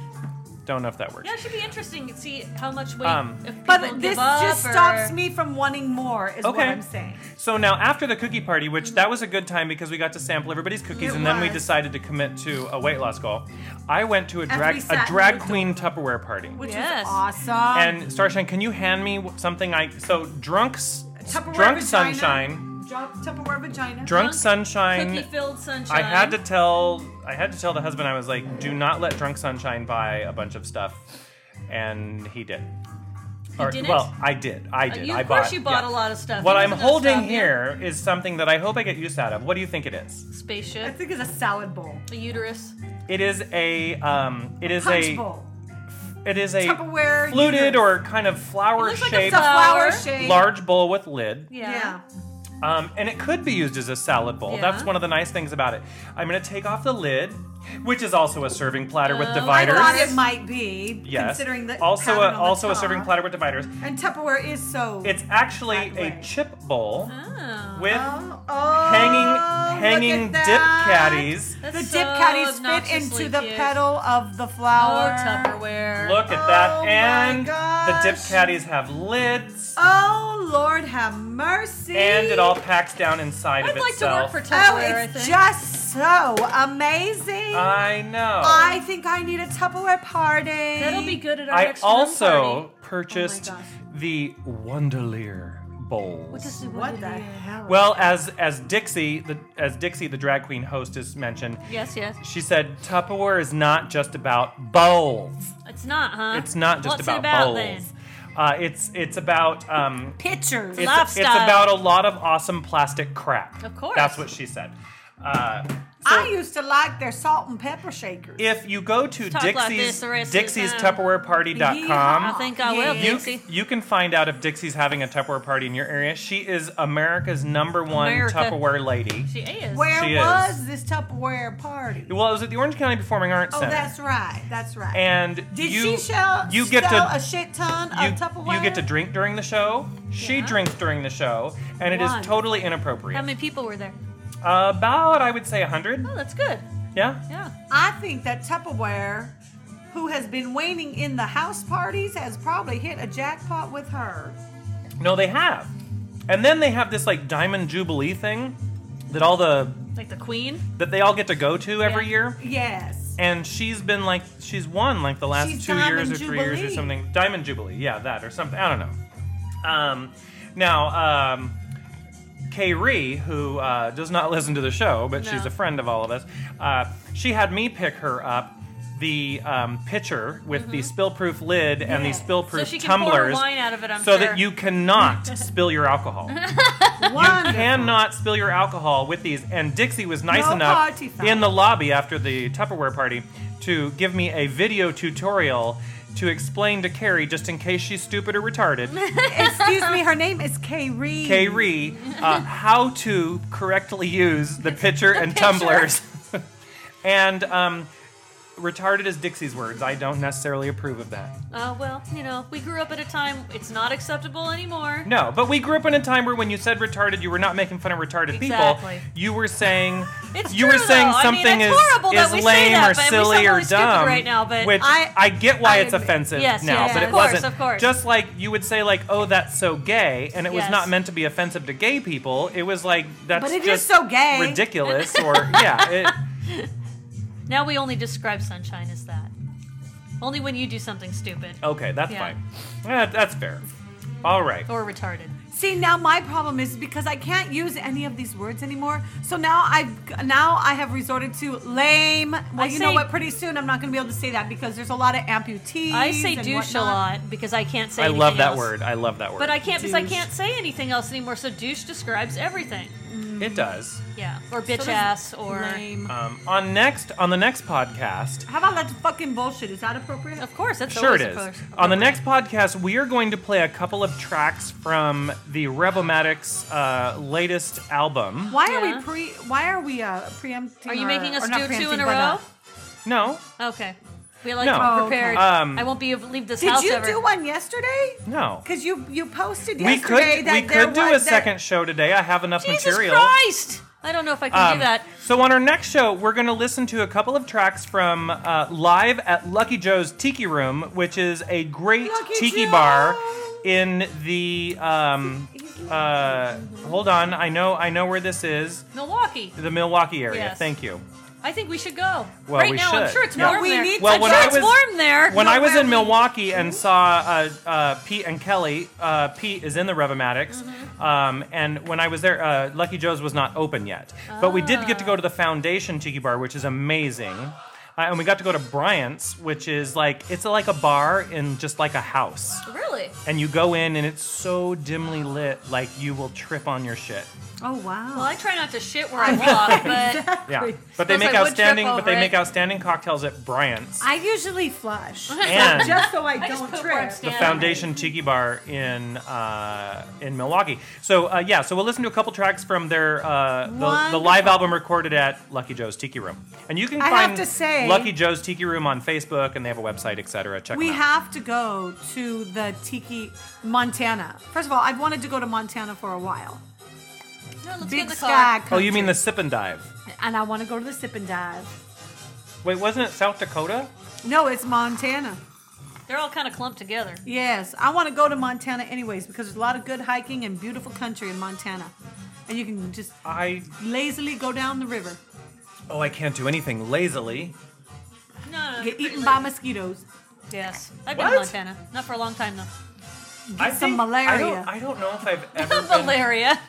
Don't know if that works.
Yeah, it should be interesting to see how much weight.
Um,
if people
But
give
this
up
just
or-
stops me from wanting more. Is what
Okay.
I'm saying.
So now after the cookie party, which that was a good time because we got to sample everybody's cookies,
It
and then we
was.
decided to commit to a weight loss goal. I went to a
After
drag
we
a
sat
drag
and looked
queen Tupperware party.
which
Yes.
is awesome.
And Starshine, can you hand me something I so drunks
Tupperware
drunk
vagina.
sunshine,
Drop Tupperware vagina.
drunk
Drunk
sunshine.
Cookie-filled sunshine.
I had to tell I had to tell the husband I was like, do not let drunk sunshine buy a bunch of stuff, and he did. Or-
didn't?
Well, I did. I
Uh,
did.
you-
I
of course
bought,
you bought
yeah.
a lot of stuff.
What
You
I'm
didn't
holding
stop, yeah.
here is something that I hope I get use out of. What do you think it is?
I
Spaceship.
think it's a salad bowl.
A uterus.
It is a um. It is
Punch
a.
bowl.
It is a
Tupperware
fluted or
uterus.
kind of flower
looks like a
shaped
It's a flower
Flower.
shape.
large bowl with lid.
Yeah.
Yeah.
Um, and it could be used as a salad bowl.
Yeah.
That's one of the nice things about it. I'm gonna take off the lid, which is also a serving platter
Oh,
with
I
dividers.
thought it might be,
yes.
considering the
also
pattern
a
on
also
the
a serving
top.
platter with dividers.
And Tupperware is so.
It's actually
That
a
way.
chip bowl
Oh.
with
oh, oh, look
hanging hanging dip
at that.
caddies.
That's
The
so
dip caddies fit
obnoxiously
into the
cute.
petal of the
Oh,
flower.
Tupperware.
Look at
Oh
that.
my
And the dip
gosh.
caddies have lids.
Oh Lord, have mercy.
And it all packs down inside
I'd
of
like to work
itself.
for
Oh,
Tupperware. I
it's
think.
just so amazing.
I know.
I think I need a Tupperware party.
That'll be good at our
I
next room
also
party.
purchased
Oh gosh.
the Wonderleer bowl.
What does it-
What
did
the
it-
hell?
Well, as as Dixie, the as Dixie, the drag queen hostess mentioned,
Yes, yes.
she said Tupperware is not just about bowls.
It's not, huh?
It's not just
What's
about,
it about then?
bowls. Uh, it's it's about um,
pictures.
it's, it's
Lifestyle.
about a lot of awesome plastic crap.
Of course.
that's what she said. Uh, so
I used to like their salt and pepper shakers.
if you go to
Talk like
Dixie's
this the rest of the
Dixie's
time.
Tupperware
I think I will,
Yeah.
You,
Dixie.
you can find out if Dixie's having a Tupperware party in your area. She is America's number one
America.
Tupperware lady.
She is.
Where
She is.
was this Tupperware party?
Well, it was at the Orange County Performing Arts
Oh,
Center.
that's right. That's right.
and
Did
you,
she sell,
you get
sell
to
a shit ton
you,
of Tupperware?
you get to drink during the show. She
Yeah.
drinks during the show, and it is
Wonderful.
totally
How
inappropriate.
many people were there?
About I would say hundred.
Oh, that's good.
Yeah.
Yeah.
I think that Tupperware, who has been waning in the house parties, has probably hit a jackpot with her.
No, they have. And then they have this like Diamond Jubilee thing that all the
Like the queen.
that they all get to go to every
Yeah.
year.
Yes.
and she's been like she's won like the last
She's
two years
Diamond
or three years or
Jubilee.
something. Diamond Jubilee, yeah, that or something. I don't know. Um, now, um, Kay Ree, who uh, does not listen to the show, but she's
No.
a friend of all of us, uh, she had me pick her up the um, pitcher with the spill-proof lid and the
Yeah.
spill-proof
Mm-hmm. So she can pour
tumblers,
her wine out of it, I'm
so
sure.
that you cannot spill your alcohol.
Wonderful.
cannot spill your alcohol with these. And Dixie was nice
No
enough
party foul.
in the lobby after the Tupperware party to give me a video tutorial to explain to Carrie, just in case she's stupid or retarded,
Excuse me, her name is Kayri.
Carrie, uh, how to correctly use the pitcher and
pitcher.
tumblers. and um, retarded is Dixie's words. I don't necessarily approve of that.
Uh, well, you know, we grew up at a time it's not acceptable anymore.
No, but we grew up in a time where when you said retarded, you were not making fun of retarded
Exactly.
people. You were saying
It's
you
true,
were saying
though. I mean,
something
it's
is,
horrible that
is
we say
lame
that,
or
but we
silly
sound
or
really stupid
dumb
right now, but
which
I-
I get why
I
it's
admit-
offensive
Yes,
now,
yes,
but
of
it
course,
wasn't.
of course.
Just like you would say like, "Oh, that's so gay," and it was
Yes.
not meant to be offensive to gay people. It was like that's
But it is
just
so gay.
ridiculous, or yeah, it,
Now we only describe sunshine as that. Only when you do something stupid
okay, that's
Yeah.
fine. Yeah, that's fair. All right.
or retarded.
See, now my problem is because I can't use any of these words anymore. So now I've now I have resorted to lame. Well,
I
you
say-
know what? Pretty soon I'm not going to be able to say that because there's a lot of amputees.
I say
and
douche a
whatnot.
lot because I can't say.
I love
anything
that
else.
word. I love that word.
But I can't because I
Douche.
can't say anything else anymore. So douche describes everything.
it does.
Yeah, or bitch
does
ass or.
Lame.
Um, on next on the next podcast,
How about that fucking bullshit? Is that appropriate?
Of course, that's
Sure, it is.
always appro-
On the
appropriate.
next podcast, we are going to play a couple of tracks from the Rebelmatics' uh, latest album.
Why are
Yeah.
we pre? Why are we uh, preempting?
Are you
our-
making us
or not
do two
preempting,
in a
but, uh,
row?
No,
Okay. We like
No.
to
Oh,
be
okay.
prepared.
Um,
I won't be leave this
Did
house
you
ever.
do one yesterday?
no.
Because you you posted
We could
yesterday that
we
there
could do a
was that-
second show today. I have enough
Jesus
material.
Christ! I don't know if I can
Um,
do that.
So on our next show, we're going to listen to a couple of tracks from uh, live at Lucky Joe's Tiki Room, which is a great
Lucky
tiki
Joe!
bar in the. Um, uh, hold on, I know I know where this is.
Milwaukee.
The Milwaukee area.
Yes.
Thank you.
I think we should go.
Well,
right
we
now, I'm
should.
sure it's
Yeah.
warm
We
there.
need
Well,
I'm
when
sure
I
it's
was-
warm there.
When I was
where
in
we-
Milwaukee and
Mm-hmm.
saw uh, uh, Pete and Kelly, uh, Pete is in the Revomatics,
Mm-hmm.
um, and when I was there, uh, Lucky Joe's was not open yet. But we did get to go to the
Ah.
Foundation Tiki Bar, which is amazing. Uh, and we got to go to Bryant's, which is like it's like a bar in just like a house,
really?
and you go in and it's so dimly lit, like you will trip on your shit.
Oh wow.
Well, I try not to shit where I walk, but
Yeah, but they
Suppose
make
I would trip
outstanding, but
over
they
it.
make outstanding cocktails at Bryant's.
I usually flush
And-
just so I
I just
don't
put where I'm
trip.
the
standing.
Foundation Tiki Bar in uh, in Milwaukee. So uh, yeah, so we'll listen to a couple tracks from their uh, the, the
Wonderful.
live album recorded at Lucky Joe's Tiki Room, and you can
I have
find
to say-
Lucky Joe's Tiki Room on Facebook, and they have a website, etc. Check
We
them out.
have to go to the Tiki Montana. First of all, I've wanted to go to Montana for a while.
No, let's get in
Big
the
Sky.
car.
Oh, you mean the Sip and Dive?
country. And I want to go to the Sip and Dive.
Wait, wasn't it South Dakota?
No, it's Montana.
They're all kind of clumped together.
Yes, I want to go to Montana anyways because there's a lot of good hiking and beautiful country in Montana, and you can just
I
lazily go down the river,
oh, I can't do anything lazily.
No, no.
get
they're
eaten
pretty
by mosquitoes,
lame. Yes, I've been
What?
to Montana. Not for a long time though.
get
I
some
think- I
malaria.
don't, I don't know if I've ever been,
Valeria.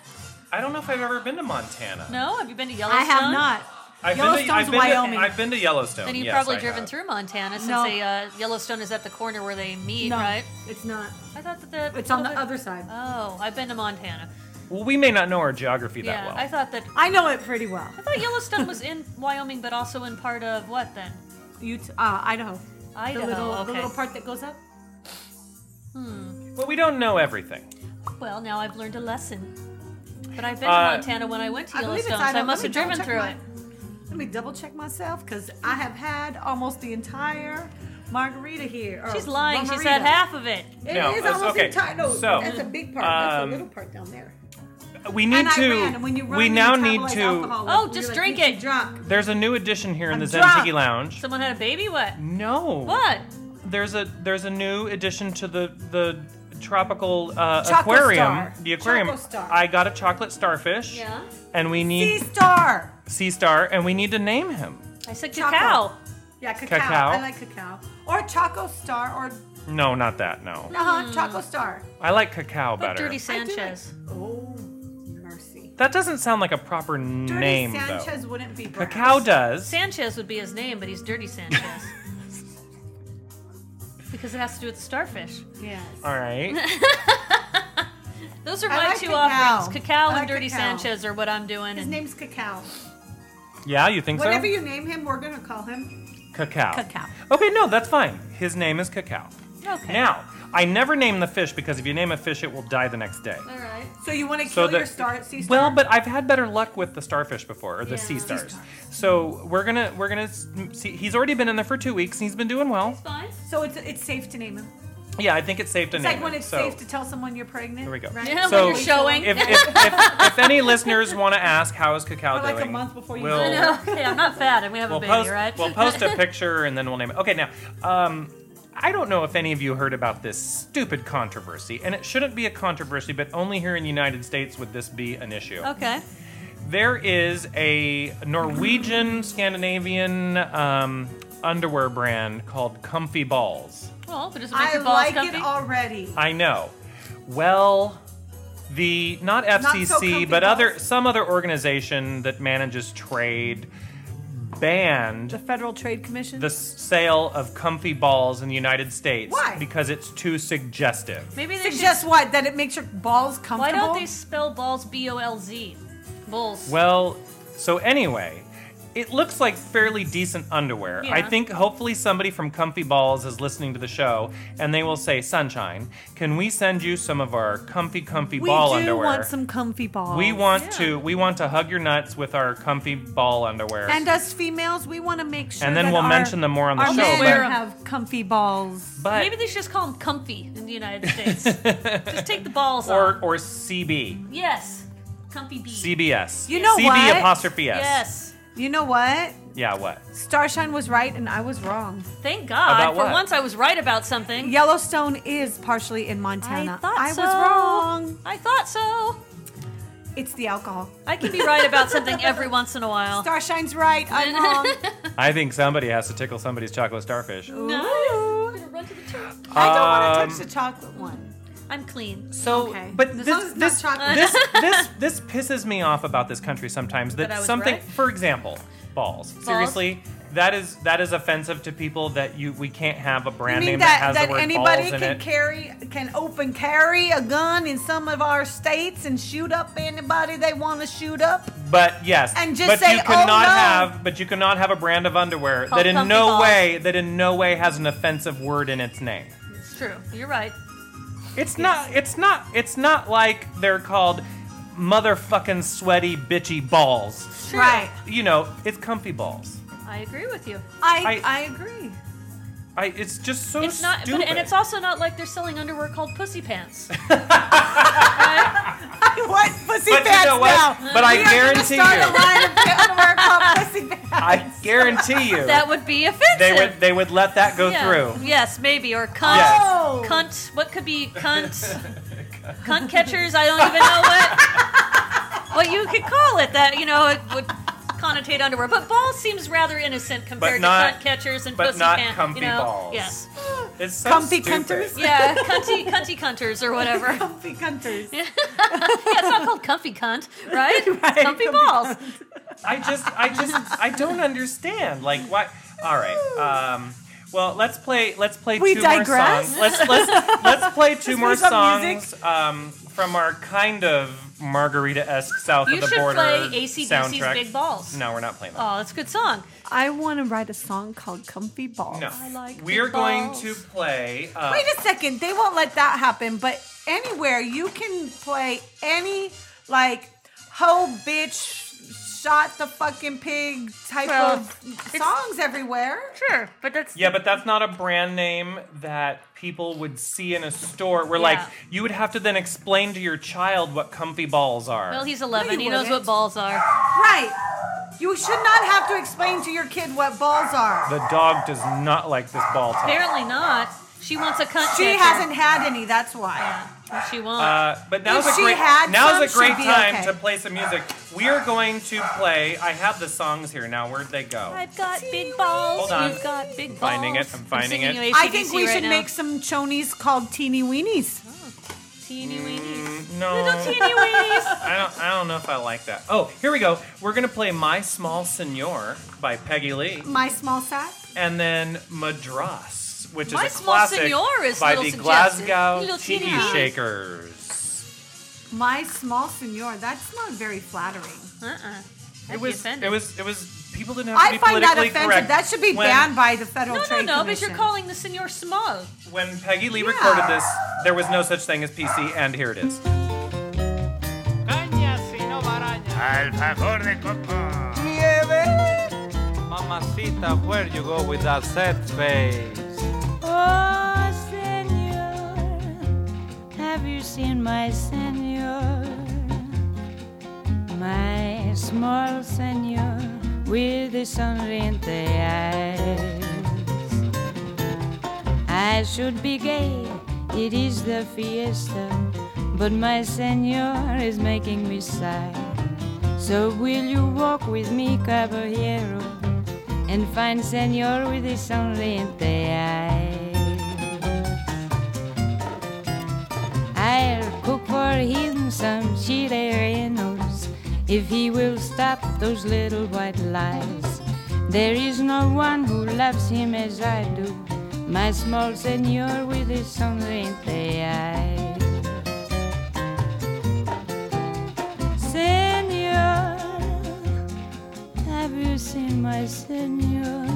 I don't know if I've ever been to Montana.
No, have you been to Yellowstone?
I have not.
I've been to,
Yellowstone's
I've been
Wyoming.
To, I've been to Yellowstone.
Then you've
yes,
probably
I
driven
have.
through Montana since
No.
they, uh, Yellowstone is at the corner where they meet,
no,
right?
it's not.
I thought that the
It's on the
little
other
bit-
side.
Oh, I've been to Montana.
Well, we may not know our geography that
Yeah,
well.
I thought that
I know it pretty well.
I thought Yellowstone was in Wyoming, but also in part of what then?
You t- uh, Idaho.
Idaho.
The little,
okay.
the little part that goes up.
Well, we don't know everything.
Well, now I've learned a lesson. But I've been
Uh,
to Montana when I went to
I believe it's
Yellowstone,
Idaho.
so I
Let
must
me
have driven
double-check
through
my-
it.
Let me double check myself because I have had almost the entire margarita here. or
She's lying. She's
margarita.
had half of it.
It
No,
is
it's-
almost
okay.
entire. No,
So,
that's a big part. that's a
um,
little part down there.
We need
and I
to.
ran, and when you run,
we
you
now
metabolize
need to.
alcohol,
Oh,
you're
just
like,
drink
makes you
it.
Drunk.
There's a new addition here in
I'm
the Zen
drunk.
Tiki Lounge.
Someone had a baby. What?
No.
What?
There's a there's a new addition to the the tropical uh,
Choco
aquarium.
Star.
The aquarium.
Choco Star.
I got a chocolate starfish.
Yeah.
And we
Sea
need
star.
sea star, and we need to name him.
I said
Chocolate.
cacao. Oh,
Yeah, cacao.
Cacao.
I like cacao. Or choco star. Or
No, not that. No.
uh
Mm.
huh, choco star.
I like cacao
But
better.
Dirty
I do like-
Sanchez.
oh, mercy.
that doesn't sound like a proper
Dirty
name
Sanchez
though.
wouldn't be. Brown.
Cacao does.
Sanchez would be his name, but he's Dirty Sanchez. because it has to do with starfish.
Yes.
All right.
Those are
I
my
like
two
cacao.
offerings. Cacao
I like
and Dirty
cacao.
Sanchez are what I'm doing.
His
and
name's Cacao.
Yeah, you think
Whatever
so?
you name him, we're gonna call him.
Cacao.
cacao.
Okay, no, that's fine. His name is Cacao.
Okay.
Now, I never name the fish because if you name a fish, it will die the next day.
All right.
So you want to
So
kill
the-
your star sea star?
Well, but I've had better luck with the starfish before, or the sea
Yeah.
stars. So we're gonna we're gonna s- see. He's already been in there for two weeks, and he's been doing well.
It's fine.
so it's it's safe to name him.
Yeah, I think it's safe to
It's
name.
like when
it,
it's
so.
safe to tell someone you're pregnant.
There we go.
Right?
Yeah,
So-
when you're showing.
if, if, if, if any listeners want to ask how is cacao
Or like a
doing,
month before you
we'll,
I know. Okay, I'm not fat, and we have
we'll
a baby,
post
right?
we'll post a picture and then we'll name it. Okay, now um, I don't know if any of you heard about this stupid controversy, and it shouldn't be a controversy, but only here in the United States would this be an issue.
okay.
There is a Norwegian Scandinavian um, underwear brand called Comfy Balls.
Well, but just make
I
your balls
like
comfy.
it already.
I know. Well, the not FCC,
comfy
but other
balls.
some other organization that manages trade banned
Federal Trade Commission.
the s- sale of comfy balls in the United States
Why?
because it's too suggestive.
Maybe they should.
Suggest what? That it makes your balls comfortable.
Why don't they spell balls B O L Z? Bulls.
Well, so anyway, it looks like fairly decent underwear. I
Yeah.
think hopefully somebody from Comfy Balls is listening to the show and they will say, "Sunshine, can we send you some of our comfy comfy
We
ball
do
underwear?"
want some comfy balls.
We want
Yeah.
to we want to hug your nuts with our comfy ball underwear.
And us females, we want to make sure.
And then
that
we'll
our-
mention them more on the
our
show,
Men
but-
have comfy balls.
but
Maybe they should just call them comfy in the United States. just take the balls
or
off.
or CB
Yes. Comfy B.
CBS.
You know
CB
what?
apostrophe S.
Yes.
You know what?
Yeah. What?
Starshine was right, and I was wrong.
Thank God.
About
For
what?
once, I was right about something.
Yellowstone is partially in Montana.
I thought so.
was wrong.
I thought so.
It's the alcohol.
I can be right about something every once in a while.
Starshine's right. I'm wrong.
I think somebody has to tickle somebody's chocolate starfish.
No. I'm gonna run to the church.
I don't want
Um,
to touch the chocolate one.
I'm clean.
So,
Okay.
but
As
this
long as it's not
this,
chocolate.
this this this pisses me off about this country sometimes. That,
That I was
something,
right?
for example, balls. Seriously, that is that is offensive to people that you we can't have a
You
brand
mean
name that,
that,
has
that
the word
anybody
balls in
can
it.
carry, can open carry a gun in some of our states and shoot up anybody they want to shoot up?
But yes,
And just
but
say,
you
"Oh,
cannot
no."
have, but you cannot have a brand of underwear
Called
that in
Comfy
no
Balls.
way that in no way has an offensive word in its name.
It's true. You're right.
It's not. It's not. It's not like they're called motherfucking sweaty bitchy balls.
True.
Right.
You know, it's comfy balls.
I agree with you.
I,
I-
I agree.
I. It's just so
It's not,
stupid.
but, and it's also not like they're selling underwear called pussy pants.
I want pussy
But you
pants
know what?
now.
But I
We are gonna
guarantee
start a
you.
line of underwear called pussy pants.
I guarantee you,
that would be offensive.
they would. They would let that go
Yeah.
through.
Yes, maybe or cunt.
Yes.
Oh.
Cunt. What could be cunt? cunt catchers. I don't even know what what you could call it. That you know it would connotate underwear, but ball seems rather innocent compared
not-
to cunt catchers and
but
pussy
not
pant,
comfy
you know?
balls.
Yes.
It's so
Comfy
stupid.
cunters?
Yeah, cunty cunty cunters or whatever. Yeah,
Comfy countries.
it's not called comfy cunt, right? It's comfy,
comfy
balls.
I just, I just, I don't understand. Like, why? All right. Um, well, let's play. Let's play
We
two
digress.
more songs. Let's let's let's play two more
play some
songs um, from our kind of margarita-esque south
You
of the
should
border
play AC/DC's
soundtrack.
Big Balls.
No, we're not playing that.
Oh, that's a good song.
I want to write a song called Comfy Balls.
no,
I like
we're
big
going
balls.
to play. Uh,
Wait a second. They won't let that happen. But anywhere you can play any like hoe bitch shot the fucking pig type
Well,
of songs everywhere.
Sure, but that's
yeah, but that's not a brand name that people would see in a store. Where like
Yeah.
you would have to then explain to your child what comfy balls are.
well, he's 11.
you
he knows
wouldn't.
what balls are.
Right. You should not have to explain to your kid what balls are.
the dog does not like this ball talk.
Apparently not. She wants a cunt.
She
catcher.
hasn't had any, that's why.
Yeah, She won't.
Uh, but now's
If
a
she
great
had
now's
some,
a great
she'd be
time
okay.
to play some music. We are going to play. I have the songs here now. Where'd they go?
I've got big balls.
Hold on.
You've got big balls.
Finding it, I'm finding it.
singing you
I think
AC/DC
we
right
should
now.
make some chonies called teeny weenies.
teeny weenies. Little
No,
teeny weenies.
I don't. I don't know if I like that. Oh, here we go. We're gonna play "My Small Senor" by Peggy Lee,
My small sack.
and then "Madras," which
My
is a
small
classic
senor is
by
little
the
suggestive.
Glasgow
Little
Tiki
teeny house.
Shakers.
My small senor, that's not very flattering.
Uh-uh.
It was. It was. It was. People didn't have to
I
be
find that
politically
offensive.
correct.
That should be
when-
banned by the Federal
No, no,
Trade
no, but
Commission.
you're calling the senor small.
When Peggy Lee
Yeah.
recorded this, there was no such thing as PC, and here it is.
Caña sino baraña.
Al favor de Coco.
Mamacita, where you go with that set face?
Oh, senor, have you seen my senor? My small senor with the sonriente eyes. I should be gay, it is the fiesta, but my senor is making me sigh. So will you walk with me, caballero, and find senor with the sonriente eyes? I'll cook for him some chilerenos if he will stop those little white lies. There is no one who loves him as I do, my small senor with his sonriente eyes. Senor, have you seen my senor?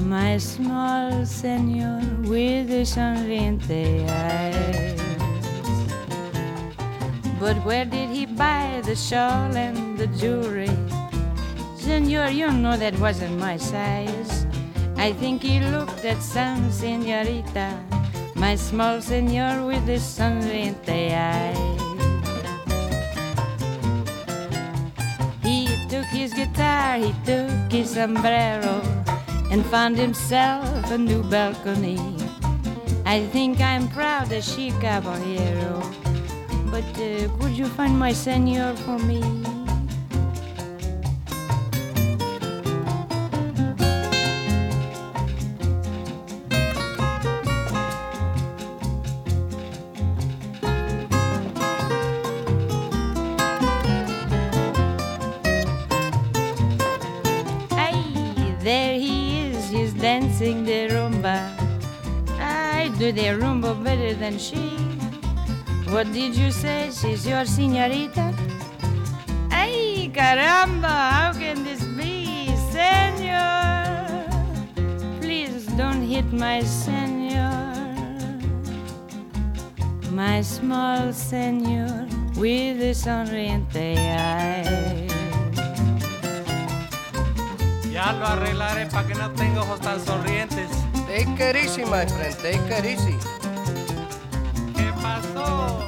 My small senor with the sonriente eyes. But where did he buy the shawl and the jewelry? Senor, you know that wasn't my size. I think he looked at some senorita, my small senor with the sonriente eyes. He took his guitar, he took his sombrero, and found himself a new balcony. I think I'm proud of she, caballero, but uh, could you find my senor for me? Ay, there he is, he's dancing the rumba. I do the rumba better than she. What did you say? She's your señorita? Ay, caramba, how can this be, senor? Please don't hit my senor. My small senor with the sonriente eyes.
Ya lo arreglaré para que no tenga ojos tan sonrientes.
Take it easy, my friend. Take it easy.
¿Qué pasó?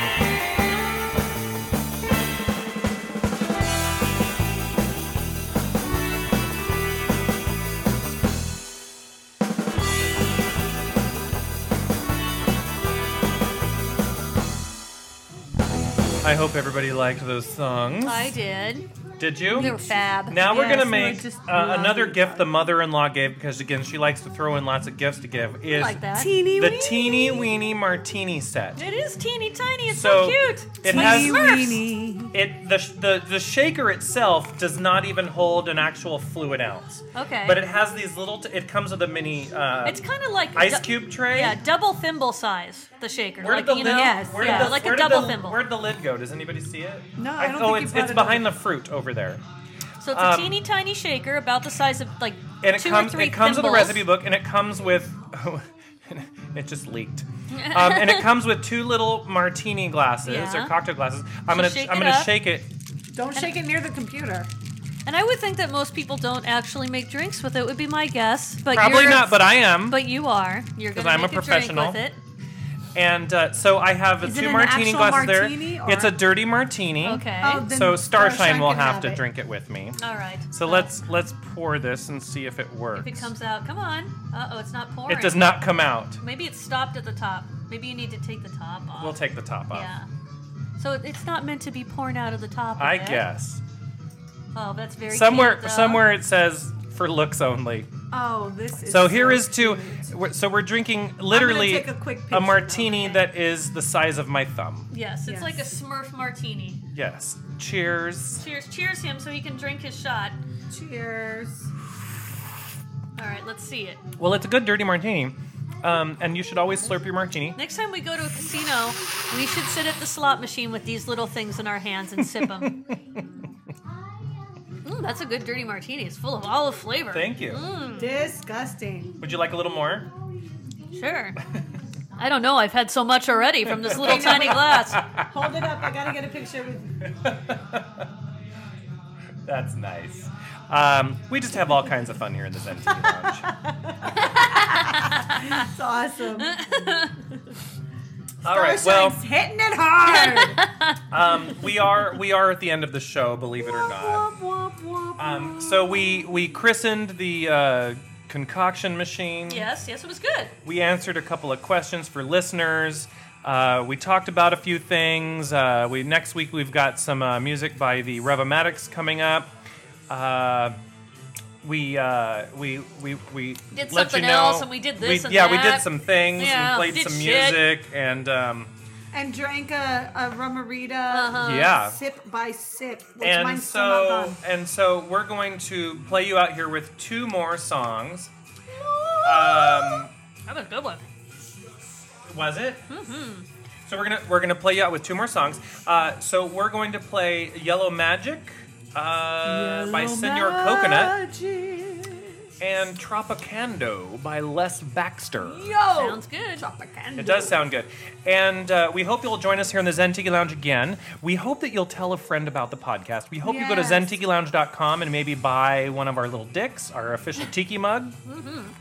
I hope everybody liked those songs.
I did.
Did you?
They were fab.
Now we're
Yes,
gonna
we
make
just
uh,
love
another
each
gift the mother-in-law gave because again she likes to throw in lots of gifts to give. Is
like that.
Teeny
the
weeny.
teeny weeny martini set?
It is teeny tiny. It's
So,
so, cute.
it
It's like
has-
Smurfs.
weeny.
It the, sh- the the shaker itself does not even hold an actual fluid ounce.
Okay.
But it has these little. T- it comes with a mini. Uh,
It's kind of like a
ice
du-
cube tray.
Yeah, double thimble size. The shaker.
Where
like,
did the
you
lid?
know,
Yes,
where did
yeah,
the-
like
where
a
did
double
the-
thimble.
Where'd the lid go? Does anybody see it?
No, I don't
oh,
think
it's
you brought
it's
it
behind the fruit over there.
So it's
Um,
a teeny tiny shaker, about the size of like
and it
two
comes
or three
it comes with a
thimbles.
recipe book and it comes with it just leaked um, and it comes with two little martini glasses or
Yeah.
cocktail glasses i'm
So
gonna
shake
i'm
it
gonna
up.
shake it
Don't shake it near the computer.
And I would think that most people don't actually make drinks with it. Would be my guess. But
probably
you're,
not but i am
But you are. You're
'Cause
gonna
I'm a
make drink
professional.
with it.
and uh, so i have
Is it
two
an
martini
actual
glasses
martini,
there
or-
it's a dirty martini
Okay.
Oh, then
so starshine
Starshine
will
can
have,
have
to
it.
drink it with me
All right.
so
Uh,
let's let's pour this and see if it works
If it comes out, come on. Uh oh, it's not pouring.
it does not come out
Maybe it stopped at the top. Maybe you need to take the top off.
we'll take the top off
Yeah. So it- it's not meant to be pouring out of the top. of
i
it.
guess
Oh, that's very
somewhere
cute, though.
somewhere it says for looks only
Oh, this is.
So here is to, we're- so we're drinking literally
take a quick
a
picture,
martini
okay.
that is the size of my thumb.
Yes,
Yes.
it's like a Smurf martini.
Yes. Cheers.
Cheers! Cheers him so he can drink his shot.
Cheers.
All right, let's see it.
Well, it's a good dirty martini, um, and you should always slurp your martini.
Next time we go to a casino, we should sit at the slot machine with these little things in our hands and sip them. mm, that's a good dirty martini. It's full of olive flavor.
Thank you.
Disgusting.
Would you like a little more?
Sure. I don't know. I've had so much already from this little tiny glass.
Hold it up. I gotta get a picture with.
That's nice. Um, we just have all kinds of fun here in this MTV lounge.
It's awesome.
all right. Well,
Starshine's hitting it hard.
um, we are we are at the end of the show. Believe it or not.
Womp, womp, womp,
Um,
womp.
so we we christened the uh, concoction machine.
Yes, yes, it was good.
We answered a couple of questions for listeners. Uh, we talked about a few things. Uh, we next week we've got some uh, music by the Revomatics coming up. Uh, we, uh, we we we let
Did something
you know.
else and we did this and
yeah, we
that.
did some things. we
Yeah, we
played
did
some
shit.
music and um,
and drank a, a rumarita Uh-huh.
Uh,
yeah.
sip by sip, which
And
mine's still not
so
done.
and so we're going to play you out here with two more songs. Um,
That was a good one.
Was it? Mm-hmm. So we're gonna we're gonna play you out with two more songs. Uh, so we're going to play Yellow Magic uh, by Senor Coconut
Magic.
and Tropicando by Les Baxter.
Yo.
Sounds good.
It does sound good. And uh, we hope you'll join us here in the Zentiki Lounge again. We hope that you'll tell a friend about the podcast. We hope you go to
Yes.
zentikilounge.com and maybe buy one of our little dicks, our official tiki mug.
Mm-hmm.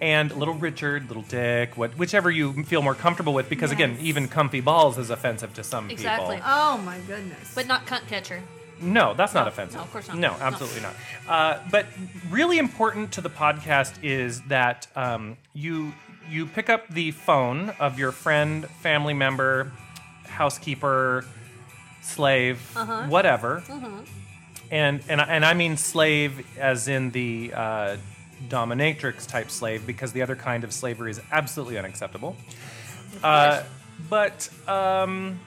And little Richard, little Dick, what, whichever you feel more comfortable with, because again,
Yes.
even comfy balls is offensive to some
Exactly.
people.
Oh my goodness.
But not cunt catcher.
No, that's not offensive.
no, of course not.
No,
No.
absolutely not. Uh, but really important to the podcast is that um, you you pick up the phone of your friend, family member, housekeeper, slave,
Uh-huh.
whatever,
Mm-hmm.
and and I- and I mean slave as in the uh, dominatrix type slave because the other kind of slavery is absolutely unacceptable. Uh, but um,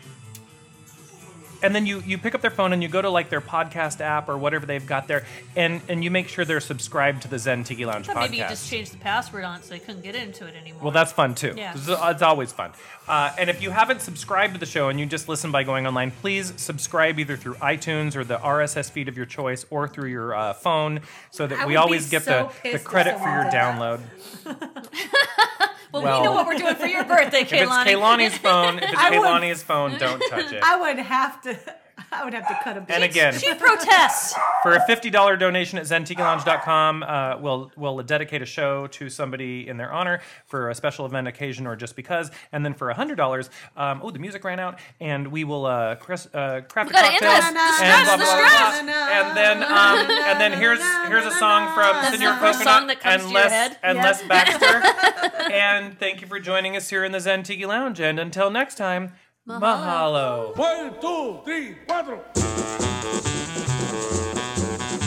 and then you you pick up their phone and you go to like their podcast app or whatever they've got there, and and you make sure they're subscribed to the Zen Tiki Lounge
Thought
podcast.
maybe you just changed the password on it so they couldn't get into it anymore.
Well, that's fun too.
Yeah.
It's, it's always fun. Uh, and if you haven't subscribed to the show and you just listen by going online, please subscribe either through iTunes or the RSS feed of your choice or through your uh, phone so that
I
we
would be
always get
so
the, the
pissed if
credit for
someone
your
did that.
download.
well,
well-
we know what we're doing for your birthday,
If it's
Kaylani.
Kaylani's phone, if it's
I would-
Kaylani's phone, don't touch it.
I would have to. I would have to cut a bit.
And again,
She protests.
for a $50 donation at zentikilounge.com, uh, we'll, we'll dedicate a show to somebody in their honor for a special event occasion or just because. And then for $100, um, oh, the music ran out, and we will uh, cres- uh, craft
We
a
gotta end
cocktail.
this. The stress,
blah, blah,
the
blah, blah.
stress.
And then, um, and then here's here's a song from
That's
Senor
the first
Coconut
song that comes
and
to your
Les,
head.
and
Yeah.
Les Baxter. and thank you for joining us here in the Zentiki Lounge. And until next time, mahalo.
One, two, three, cuatro.
One, two, three,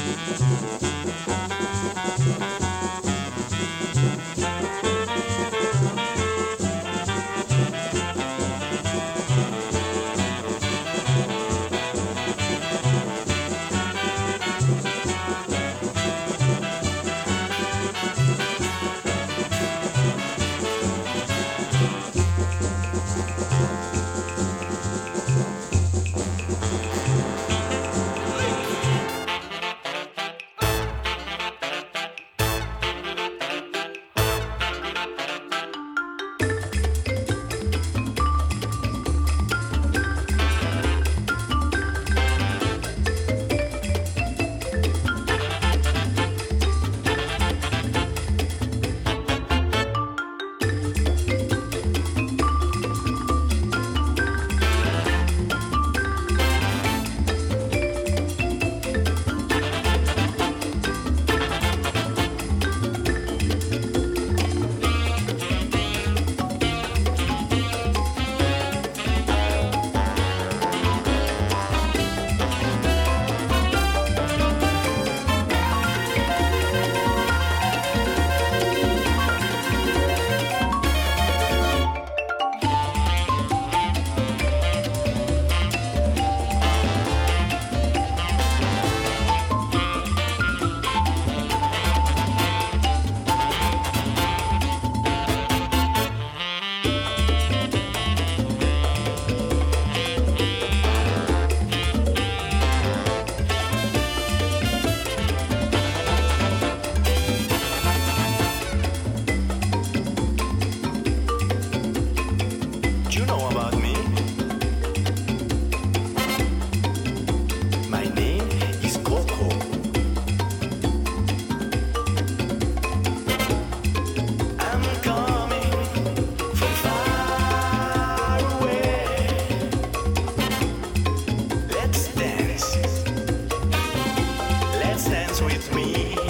with me.